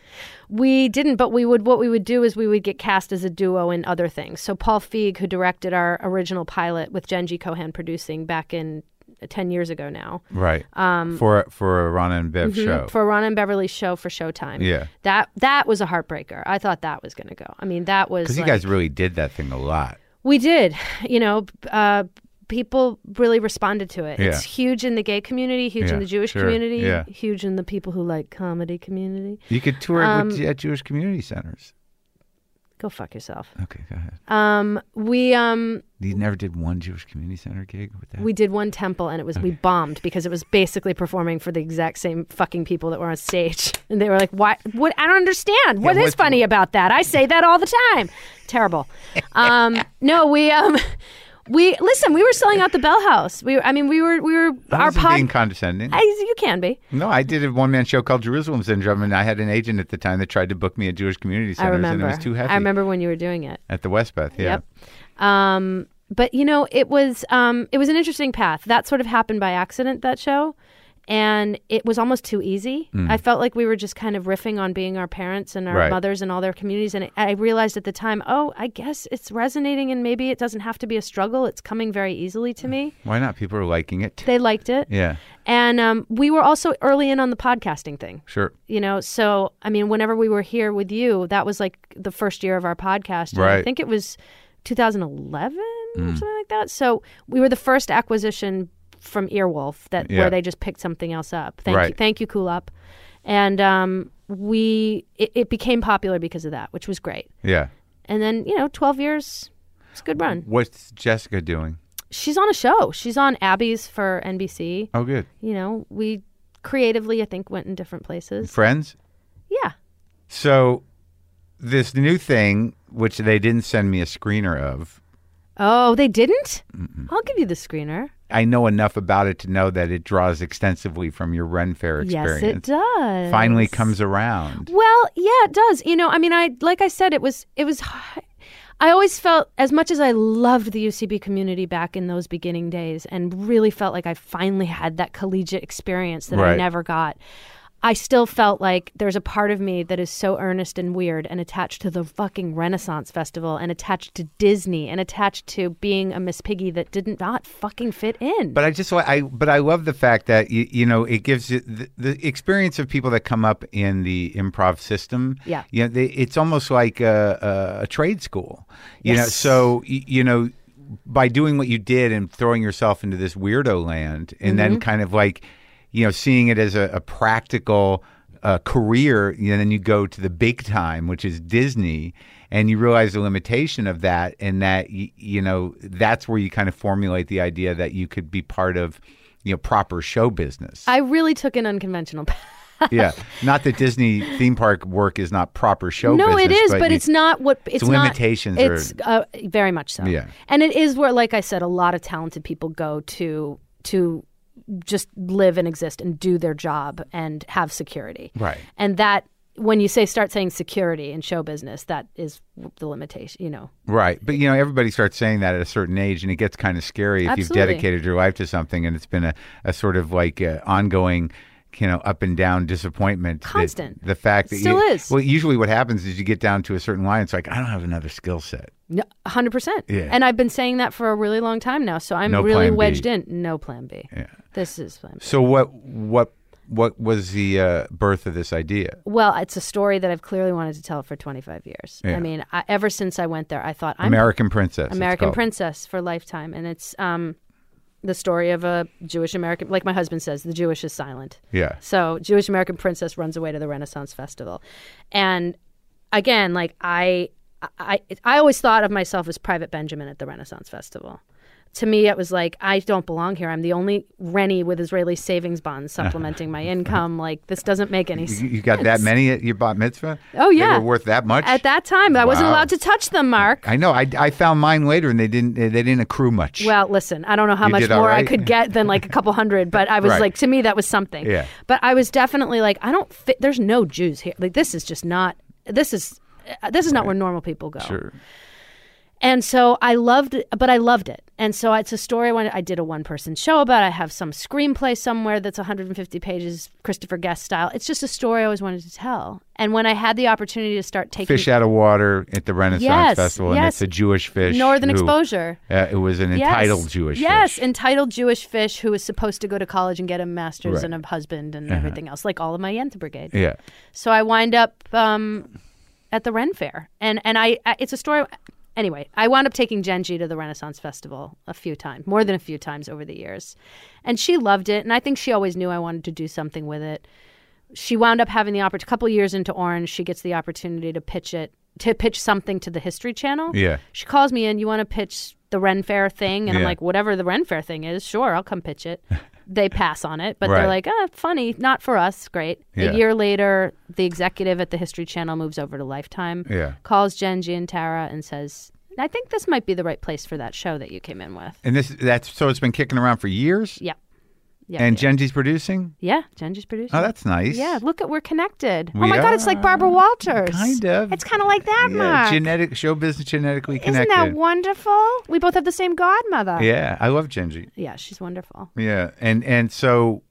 Speaker 3: We didn't, but we would. What we would do is we would get cast as a duo in other things. So Paul Feig, who directed our original pilot with Genji Cohan producing back in uh, ten years ago now,
Speaker 2: Right. Um, for for a Rona and Bev show.
Speaker 3: mm-hmm. for Ron and Beverly's show for Showtime.
Speaker 2: Oh. Yeah.
Speaker 3: that that was a heartbreaker. I thought that was going to go. I mean, that was
Speaker 2: Because you
Speaker 3: like-
Speaker 2: guys really did that thing a lot.
Speaker 3: we did. You know, uh, people really responded to it.
Speaker 2: Yeah.
Speaker 3: It's huge in the gay community, huge
Speaker 2: Yeah,
Speaker 3: in the Jewish
Speaker 2: sure,
Speaker 3: community,
Speaker 2: yeah.
Speaker 3: huge in the people who like comedy community.
Speaker 2: You could tour
Speaker 3: Um,
Speaker 2: with, at Jewish community centers.
Speaker 3: Go fuck yourself.
Speaker 2: Okay, go ahead.
Speaker 3: Um, we um,
Speaker 2: You never did one Jewish community center gig with that.
Speaker 3: we did one temple and it was we bombed because it was basically performing for the exact same fucking people that were on stage and they were like why what i don't understand What is
Speaker 2: what's-
Speaker 3: funny about that i say that all the time terrible um no we um we listen we were selling out the bell house we i mean we were we were
Speaker 2: I
Speaker 3: our
Speaker 2: wasn't
Speaker 3: pod
Speaker 2: being condescending.
Speaker 3: I, you can be
Speaker 2: no, I did a one man show called Jerusalem Syndrome, and I had an agent at the time that tried to book me at Jewish community
Speaker 3: i
Speaker 2: centers, and
Speaker 3: remember
Speaker 2: it was too heavy
Speaker 3: i remember when you were doing it
Speaker 2: at the Westbeth. Yeah.
Speaker 3: Yep. Um, but you know, it was um, it was an interesting path. That sort of happened by accident. That show, and it was almost too easy. I felt like we were just kind of riffing on being our parents and our
Speaker 2: Mm. Right.
Speaker 3: mothers and all their communities. And I realized at the time, oh, I guess it's resonating, and maybe it doesn't have to be a struggle. It's coming very easily to me.
Speaker 2: Why not? People are liking it.
Speaker 3: They liked it,
Speaker 2: yeah,
Speaker 3: and um, we were also early in on the podcasting thing
Speaker 2: sure.
Speaker 3: you know so i mean whenever we were here with you that was like the first year of our podcast and i
Speaker 2: Right. Mm.
Speaker 3: think it was 2011 or something like that so we were the first acquisition from earwolf that
Speaker 2: Yeah.
Speaker 3: where they just picked something else up thank you
Speaker 2: Right.
Speaker 3: thank you cool up and um, we it, it became popular because of that which was great
Speaker 2: Yeah.
Speaker 3: and then you know 12 years it's a good run
Speaker 2: What's Jessica doing?
Speaker 3: she's on a show she's on abby's for nbc
Speaker 2: Oh, good.
Speaker 3: you know we creatively i think went in different places
Speaker 2: Friends?
Speaker 3: yeah
Speaker 2: So, this new thing, which they didn't send me a screener of,
Speaker 3: Oh, they didn't? I'll give you the screener.
Speaker 2: I know enough about it to know that it draws extensively from your Ren Fair experience.
Speaker 3: Yes, it does.
Speaker 2: Finally comes around.
Speaker 3: Well, yeah, it does. You know, I mean, I like I said, it was it was. I always felt as much as I loved the UCB community back in those beginning days, and really felt like I finally had that collegiate experience that I
Speaker 2: Right.
Speaker 3: never got. I still felt like there's a part of me that is so earnest and weird and attached to the fucking Renaissance Festival and attached to Disney and attached to being a Miss Piggy that didn't not fucking fit in.
Speaker 2: But I just wa- I but I love the fact that you, you know it gives you the, the experience of people that come up in the improv system.
Speaker 3: Yeah.
Speaker 2: you know they, it's almost like a, a, a trade school. You know,
Speaker 3: Yes.
Speaker 2: so y- you know by doing what you did and throwing yourself into this weirdo land, and
Speaker 3: Mm-hmm.
Speaker 2: then kind of like you know seeing it as a, a practical uh, career, and then you go to the big time, which is Disney. And you realize the limitation of that, and that y- you know that's where you kind of formulate the idea that you could be part of, you know, proper show business.
Speaker 3: I really took an unconventional path.
Speaker 2: yeah, not that Disney theme park work is not proper show.
Speaker 3: no,
Speaker 2: business,
Speaker 3: it is, but,
Speaker 2: you-
Speaker 3: it's not what it's not.
Speaker 2: limitations are-
Speaker 3: It's uh, very much so.
Speaker 2: Yeah.
Speaker 3: and it is where, like I said, a lot of talented people go to to just live and exist and do their job and have security.
Speaker 2: Right.
Speaker 3: and that when you say start saying security in show business, that is the limitation. You know,
Speaker 2: Right. But, you know, everybody starts saying that at a certain age, and it gets kind of scary if
Speaker 3: Absolutely.
Speaker 2: you've dedicated your life to something and it's been a, a sort of like uh ongoing, you know, up and down disappointment. that-
Speaker 3: Constant.
Speaker 2: the fact that
Speaker 3: Still
Speaker 2: you,
Speaker 3: is.
Speaker 2: Well, usually what happens is you get down to a certain line, it's like, I don't have another skill set.
Speaker 3: hundred percent.
Speaker 2: Yeah.
Speaker 3: and I've been saying that for a really long time now, so I'm
Speaker 2: No
Speaker 3: really
Speaker 2: plan B.
Speaker 3: wedged in. No plan B. Yeah, this is plan B.
Speaker 2: So, what, what, what was the uh, birth of this idea?
Speaker 3: Well, it's a story that I've clearly wanted to tell for 25 years.
Speaker 2: Yeah.
Speaker 3: I mean, I, ever since I went there, I thought I'm
Speaker 2: American Princess. it's
Speaker 3: American
Speaker 2: called.
Speaker 3: Princess for Lifetime, and it's um, the story of a Jewish American. Like my husband says, the Jewish is silent.
Speaker 2: Yeah.
Speaker 3: So Jewish American Princess runs away to the Renaissance Festival, and again, like I, I, I always thought of myself as Private Benjamin at the Renaissance Festival. To me, it was like I don't belong here. I'm the only Rennie with Israeli savings bonds supplementing my income. Like this doesn't make any sense.
Speaker 2: You, you got that many at your bat mitzvah?
Speaker 3: Oh, yeah.
Speaker 2: They were worth that much?
Speaker 3: At that time, I wasn't
Speaker 2: Wow.
Speaker 3: allowed to touch them, Mark.
Speaker 2: I know. I, I found mine later, and they didn't. They didn't accrue much.
Speaker 3: Well, listen, I don't know how
Speaker 2: You
Speaker 3: much
Speaker 2: did all
Speaker 3: more I
Speaker 2: right?
Speaker 3: could get than like a couple hundred, but I was
Speaker 2: Right.
Speaker 3: like, to me, that was something.
Speaker 2: Yeah.
Speaker 3: But I was definitely like, I don't fit. There's no Jews here. Like, this is just not. This is. uh, This is not where normal people go.
Speaker 2: sure.
Speaker 3: And so I loved it, but I loved it. And so it's a story when I did a one person show about it. I have some screenplay somewhere that's 150 pages, Christopher Guest style. It's just a story I always wanted to tell. And when I had the opportunity to start taking
Speaker 2: fish out of water at the Renaissance
Speaker 3: Yes,
Speaker 2: Festival, and
Speaker 3: yes.
Speaker 2: it's a Jewish fish.
Speaker 3: Northern
Speaker 2: who-
Speaker 3: Exposure.
Speaker 2: Uh, it was an
Speaker 3: Yes.
Speaker 2: entitled Jewish
Speaker 3: Yes,
Speaker 2: fish.
Speaker 3: entitled Jewish fish who was supposed to go to college and get a master's
Speaker 2: Right. Uh-huh.
Speaker 3: and a husband and everything else, like all of my Yenta Brigade.
Speaker 2: Yeah.
Speaker 3: So I wind up um, at the Ren Fair, and and I, I it's a story. Anyway, I wound up taking Genji to the Renaissance Festival a few times, more than a few times over the years, and she loved it. And I think she always knew I wanted to do something with it. She wound up having the opportunity. A couple years into Orange, she gets the opportunity to pitch it to pitch something to the History Channel.
Speaker 2: Yeah.
Speaker 3: She calls me in, you want to pitch the Ren Fair thing? And I'm
Speaker 2: Yeah.
Speaker 3: like, whatever the Ren Fair thing is, sure, I'll come pitch it. they pass on it, but they're
Speaker 2: Right.
Speaker 3: like, ah, funny, not for us. Great.
Speaker 2: Yeah.
Speaker 3: A year later, the executive at the History Channel moves over to Lifetime,
Speaker 2: Yeah.
Speaker 3: calls Genji and Tara and says, I think this might be the right place for that show that you came in with.
Speaker 2: And this that's so it's been kicking around for years.
Speaker 3: Yeah. Yeah.
Speaker 2: And Genji's producing.
Speaker 3: yeah, Genji's producing.
Speaker 2: Oh, that's nice.
Speaker 3: yeah, look at we're connected. oh
Speaker 2: We
Speaker 3: my God, it's like Barbara Walters.
Speaker 2: Kind of.
Speaker 4: It's kind of like that,
Speaker 2: yeah,
Speaker 4: Mark.
Speaker 2: genetic show business genetically
Speaker 4: Isn't
Speaker 2: connected.
Speaker 4: that wonderful?
Speaker 3: We both have the same godmother.
Speaker 2: yeah, I love Genji.
Speaker 3: Yeah, she's wonderful.
Speaker 2: Yeah, and and so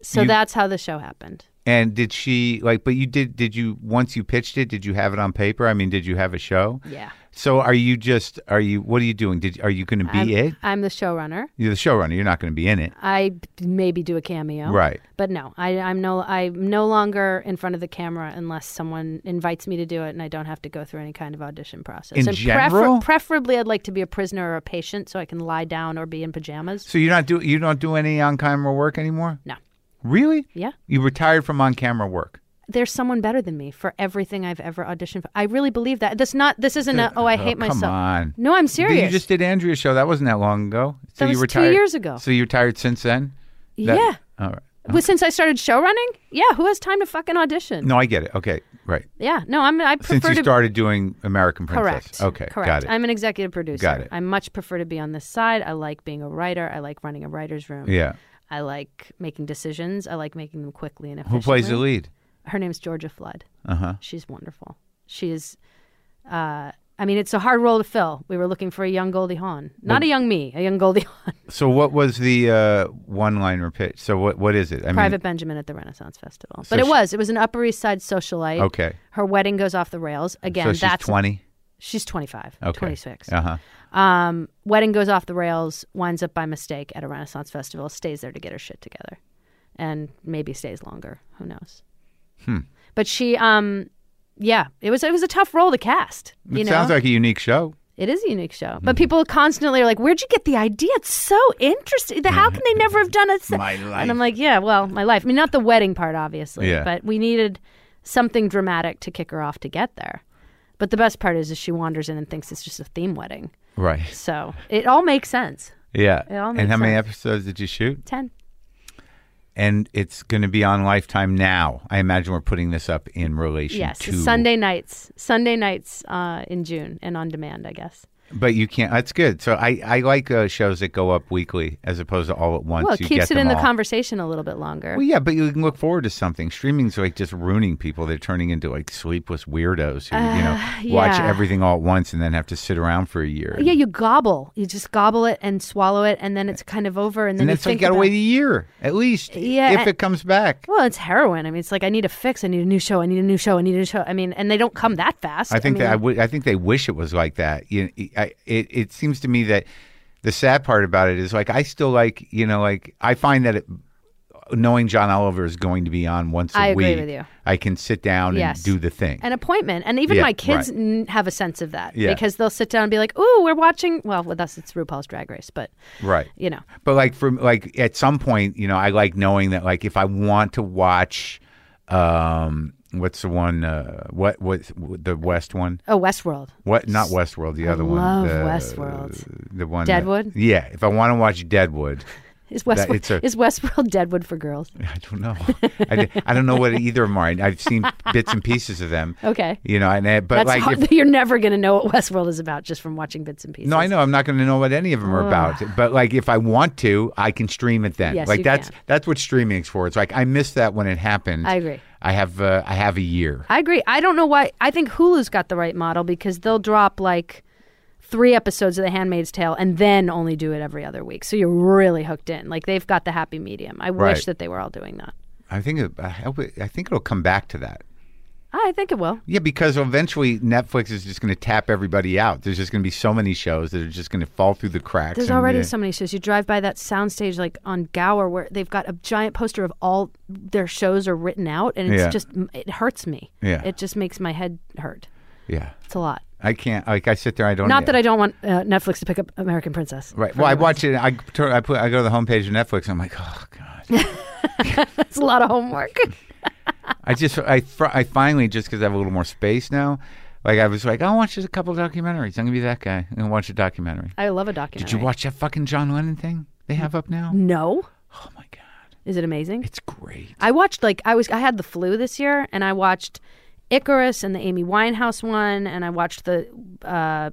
Speaker 3: So
Speaker 2: You-
Speaker 3: that's how the show happened.
Speaker 2: and did she like? But you did did you once you pitched it? Did you have it on paper? I mean, did you have a show?
Speaker 3: Yeah.
Speaker 2: So are you just are you what are you doing? Did are you going to be
Speaker 3: I'm,
Speaker 2: it?
Speaker 3: I'm the showrunner.
Speaker 2: You're the showrunner. You're not going to be in it.
Speaker 3: I b- maybe do a cameo.
Speaker 2: Right.
Speaker 3: But no, I, I'm no I'm no longer in front of the camera unless someone invites me to do it, and I don't have to go through any kind of audition process.
Speaker 2: In
Speaker 3: and
Speaker 2: general?
Speaker 3: preferably, I'd like to be a prisoner or a patient, so I can lie down or be in pajamas.
Speaker 2: So you're not do you don't do any on camera work anymore?
Speaker 3: No,
Speaker 2: Really?
Speaker 3: yeah,
Speaker 2: You retired from on camera work.
Speaker 3: there's someone better than me for everything I've ever auditioned for. I really believe that. This not this isn't a oh I hate
Speaker 2: come
Speaker 3: myself.
Speaker 2: on.
Speaker 3: No, I'm serious.
Speaker 2: You just did Andrea's show. That wasn't that long ago. So you
Speaker 3: That was two
Speaker 2: retired
Speaker 3: years ago.
Speaker 2: So you retired since then? That-
Speaker 3: yeah.
Speaker 2: All right.
Speaker 3: Well, since I started showrunning, yeah, who has time to fucking audition?
Speaker 2: No, I get it. Okay. Right.
Speaker 3: Yeah, no, I'm I prefer
Speaker 2: Since you
Speaker 3: to
Speaker 2: started doing American
Speaker 3: Correct.
Speaker 2: Princess. Okay.
Speaker 3: Correct.
Speaker 2: Got it.
Speaker 3: I'm an executive producer.
Speaker 2: Got it.
Speaker 3: I much prefer to be on this side. I like being a writer. I like running a writer's room.
Speaker 2: yeah.
Speaker 3: I like making decisions. I like making them quickly and
Speaker 2: Who
Speaker 3: efficiently.
Speaker 2: plays the lead?
Speaker 3: Her name's Georgia Flood.
Speaker 2: Uh huh.
Speaker 3: She's wonderful. She is. Uh, I mean, it's a hard role to fill. We were looking for a young Goldie Hawn, not a young me, a young Goldie Hawn.
Speaker 2: So what was the uh, one-liner pitch? So what what is it? I
Speaker 3: Private
Speaker 2: mean,
Speaker 3: Benjamin at the Renaissance Festival. but it
Speaker 2: she-
Speaker 3: was. It was an Upper East Side socialite.
Speaker 2: Okay.
Speaker 3: Her wedding goes off the rails. Again,
Speaker 2: so she's
Speaker 3: that's
Speaker 2: twenty.
Speaker 3: She's 25,
Speaker 2: Okay.
Speaker 3: 26.
Speaker 2: Uh huh.
Speaker 3: Um, wedding goes off the rails, winds up by mistake at a Renaissance festival, stays there to get her shit together, and maybe stays longer. Who knows?
Speaker 2: Hmm.
Speaker 3: But she, um, yeah, it was it was a tough role to cast.
Speaker 2: It
Speaker 3: You know,
Speaker 2: sounds like Hmm. a unique show.
Speaker 3: it is a unique show, but people constantly are like, "Where'd you get the idea? It's so interesting. How can they never have done it?"
Speaker 2: Hmm. My life.
Speaker 3: And I'm like, "Yeah, well, my life. I mean, not the wedding part, obviously,
Speaker 2: Yeah.
Speaker 3: but we needed something dramatic to kick her off to get there." But the best part is, is she wanders in and thinks it's just a theme wedding.
Speaker 2: Right.
Speaker 3: So it all makes sense.
Speaker 2: Yeah.
Speaker 3: It all
Speaker 2: And
Speaker 3: makes
Speaker 2: how many
Speaker 3: sense.
Speaker 2: episodes did you shoot?
Speaker 3: 10.
Speaker 2: And it's going to be on Lifetime now. I imagine we're putting this up in relation
Speaker 3: Yes.
Speaker 2: to
Speaker 3: Sunday nights. Sunday nights uh, in June and on demand, I guess.
Speaker 2: But you can't. That's good. So I I like uh, shows that go up weekly as opposed to all at once.
Speaker 3: well, it
Speaker 2: you
Speaker 3: keeps
Speaker 2: get
Speaker 3: it in
Speaker 2: them
Speaker 3: the
Speaker 2: all.
Speaker 3: conversation a little bit longer.
Speaker 2: Well, yeah, but you can look forward to something. Streaming's like just ruining people. They're turning into like sleepless weirdos who, you know, watch
Speaker 3: Uh, yeah.
Speaker 2: everything all at once and then have to sit around for a year.
Speaker 3: yeah, you gobble. You just gobble it and swallow it, and then it's kind of over. And then
Speaker 2: and
Speaker 3: you
Speaker 2: that's like
Speaker 3: think
Speaker 2: got to
Speaker 3: about-
Speaker 2: wait a year at least.
Speaker 3: Yeah,
Speaker 2: if
Speaker 3: and-
Speaker 2: it comes back.
Speaker 3: Well, it's heroin. I mean, it's like I need a fix. I need a new show. I need a new show. I need a new show. I mean, and they don't come that fast.
Speaker 2: I think
Speaker 3: mean,
Speaker 2: that I, w- I think they wish it was like that. You, e, I, it, it seems to me that the sad part about it is like I still like you know like I find that it, knowing John Oliver is going to be on once a
Speaker 3: I
Speaker 2: week.
Speaker 3: agree with you.
Speaker 2: I can sit down
Speaker 3: Yes.
Speaker 2: and do the thing.
Speaker 3: an appointment. And even
Speaker 2: Yeah,
Speaker 3: my kids
Speaker 2: right.
Speaker 3: n- have a sense of that
Speaker 2: Yeah.
Speaker 3: because they'll sit down and be like, "Ooh, we're watching." Well, with us, it's RuPaul's Drag Race, but
Speaker 2: right.
Speaker 3: you know,
Speaker 2: But like for like at some point, you know, I like knowing that like if I want to watch, um, what's the one? Uh, what what the West one?
Speaker 3: oh, Westworld.
Speaker 2: What not Westworld? The other
Speaker 3: love
Speaker 2: one. the-
Speaker 3: Westworld.
Speaker 2: The one
Speaker 3: Deadwood?
Speaker 2: That, yeah. If I want to watch Deadwood,
Speaker 3: Is
Speaker 2: That-
Speaker 3: Westworld,
Speaker 2: it's a-
Speaker 3: is Westworld Deadwood for girls?
Speaker 2: I don't know. I, di- I don't know what either of them are. I've seen bits and pieces of them.
Speaker 3: Okay.
Speaker 2: You know, and uh, but
Speaker 3: That's
Speaker 2: like
Speaker 3: hard.
Speaker 2: if,
Speaker 3: You're never going to know what Westworld is about just from watching bits and pieces.
Speaker 2: no, I know I'm not going to know what any of them are about. But like if I want to, I can stream it then.
Speaker 3: Yes,
Speaker 2: like
Speaker 3: you
Speaker 2: that's
Speaker 3: can.
Speaker 2: that's what streaming's for. It's like I missed that when it happened.
Speaker 3: I agree.
Speaker 2: I have uh, I have a year.
Speaker 3: I agree. I don't know why. I think Hulu's got the right model because they'll drop like three episodes of The Handmaid's Tale and then only do it every other week. So you're really hooked in. Like they've got the happy medium. I
Speaker 2: Right.
Speaker 3: wish that they were all doing that.
Speaker 2: I think it, I hope it, I think it'll come back to that.
Speaker 3: I think it will.
Speaker 2: Yeah, because eventually Netflix is just going to tap everybody out. There's just going to be so many shows that are just going to fall through the cracks.
Speaker 3: There's
Speaker 2: and,
Speaker 3: already
Speaker 2: uh,
Speaker 3: so many shows. You drive by that soundstage, like on Gower, where they've got a giant poster of all their shows are written out, and it's
Speaker 2: Yeah.
Speaker 3: just it hurts me.
Speaker 2: Yeah.
Speaker 3: it just makes my head hurt.
Speaker 2: Yeah,
Speaker 3: It's a lot.
Speaker 2: I can't. Like I sit there, I don't.
Speaker 3: Not that I don't want uh, Netflix to pick up American Princess.
Speaker 2: Oh, Right. Well, I watch it. I turn, I put. I go to the homepage of Netflix. And I'm like, oh god.
Speaker 3: It's a lot of homework.
Speaker 2: I just. I. fr- I finally just because I have a little more space now. Like I was like, I'll watch just a couple documentaries. I'm gonna be that guy. I'm gonna watch a documentary.
Speaker 3: I love a documentary.
Speaker 2: Did you watch that fucking John Lennon thing they have up now?
Speaker 3: No.
Speaker 2: Oh my god,
Speaker 3: Is it amazing?
Speaker 2: it's great.
Speaker 3: I watched like I was I had the flu this year, and I watched Icarus and the Amy Winehouse one, and I watched the uh,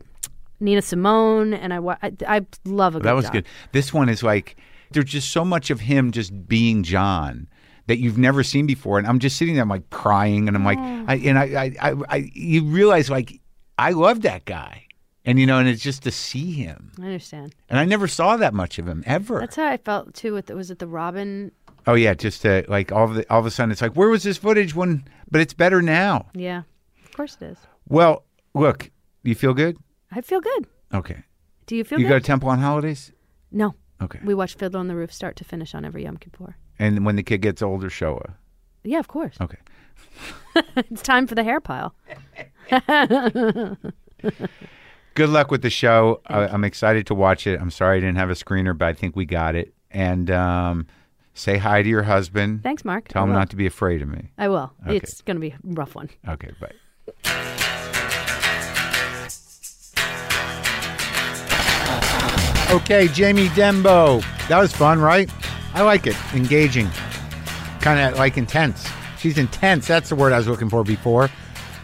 Speaker 3: Nina Simone, and I, wa- I I love a good
Speaker 2: That was
Speaker 3: doc.
Speaker 2: good. This one is like there's just so much of him just being John that you've never seen before, and I'm just sitting there, I'm like crying, and I'm like, I, and I, I, I, I, you realize like I love that guy, and you know, and it's just to see him,
Speaker 3: I understand.
Speaker 2: and I never saw that much of him ever.
Speaker 3: That's how I felt too. With the, was it the Robin?
Speaker 2: oh yeah, just to, like all of the, all of a sudden it's like, where was this footage when? But it's better now.
Speaker 3: Yeah, of course it is.
Speaker 2: Well, look, you feel good?
Speaker 3: I feel good.
Speaker 2: Okay,
Speaker 3: Do you feel
Speaker 2: you
Speaker 3: good?
Speaker 2: go to temple on holidays.
Speaker 3: no.
Speaker 2: Okay,
Speaker 3: We watch Fiddler on the Roof start to finish on every Yom Kippur.
Speaker 2: and when the kid gets older, show her.
Speaker 3: Yeah, of course.
Speaker 2: Okay.
Speaker 3: It's time for the hair pile.
Speaker 2: good luck with the show. I, I'm excited to watch it. I'm sorry I didn't have a screener, but I think we got it. And um, say hi to your husband.
Speaker 3: Thanks, Mark.
Speaker 2: Tell
Speaker 3: I
Speaker 2: him
Speaker 3: will.
Speaker 2: not to be afraid of me.
Speaker 3: I will.
Speaker 2: Okay.
Speaker 3: It's going to be a rough one.
Speaker 2: Okay, bye. Okay, Jamie Dembo. That was fun, right? I like it. Engaging. Kind of like intense. She's intense. That's the word I was looking for before.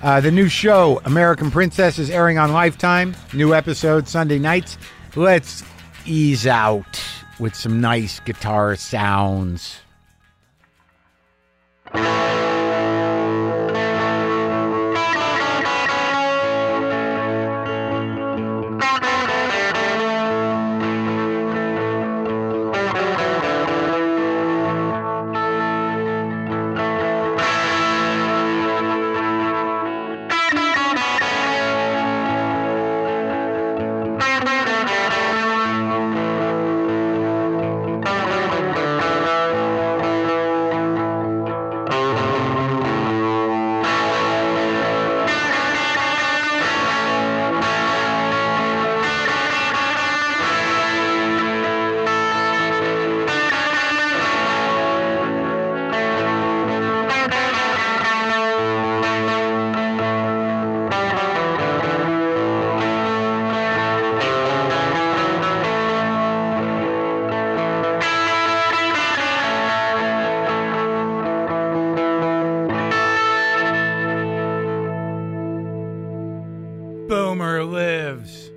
Speaker 2: Uh, the new show, American Princess, is airing on Lifetime. New episode Sunday nights. Let's ease out with some nice guitar sounds. Boomer lives.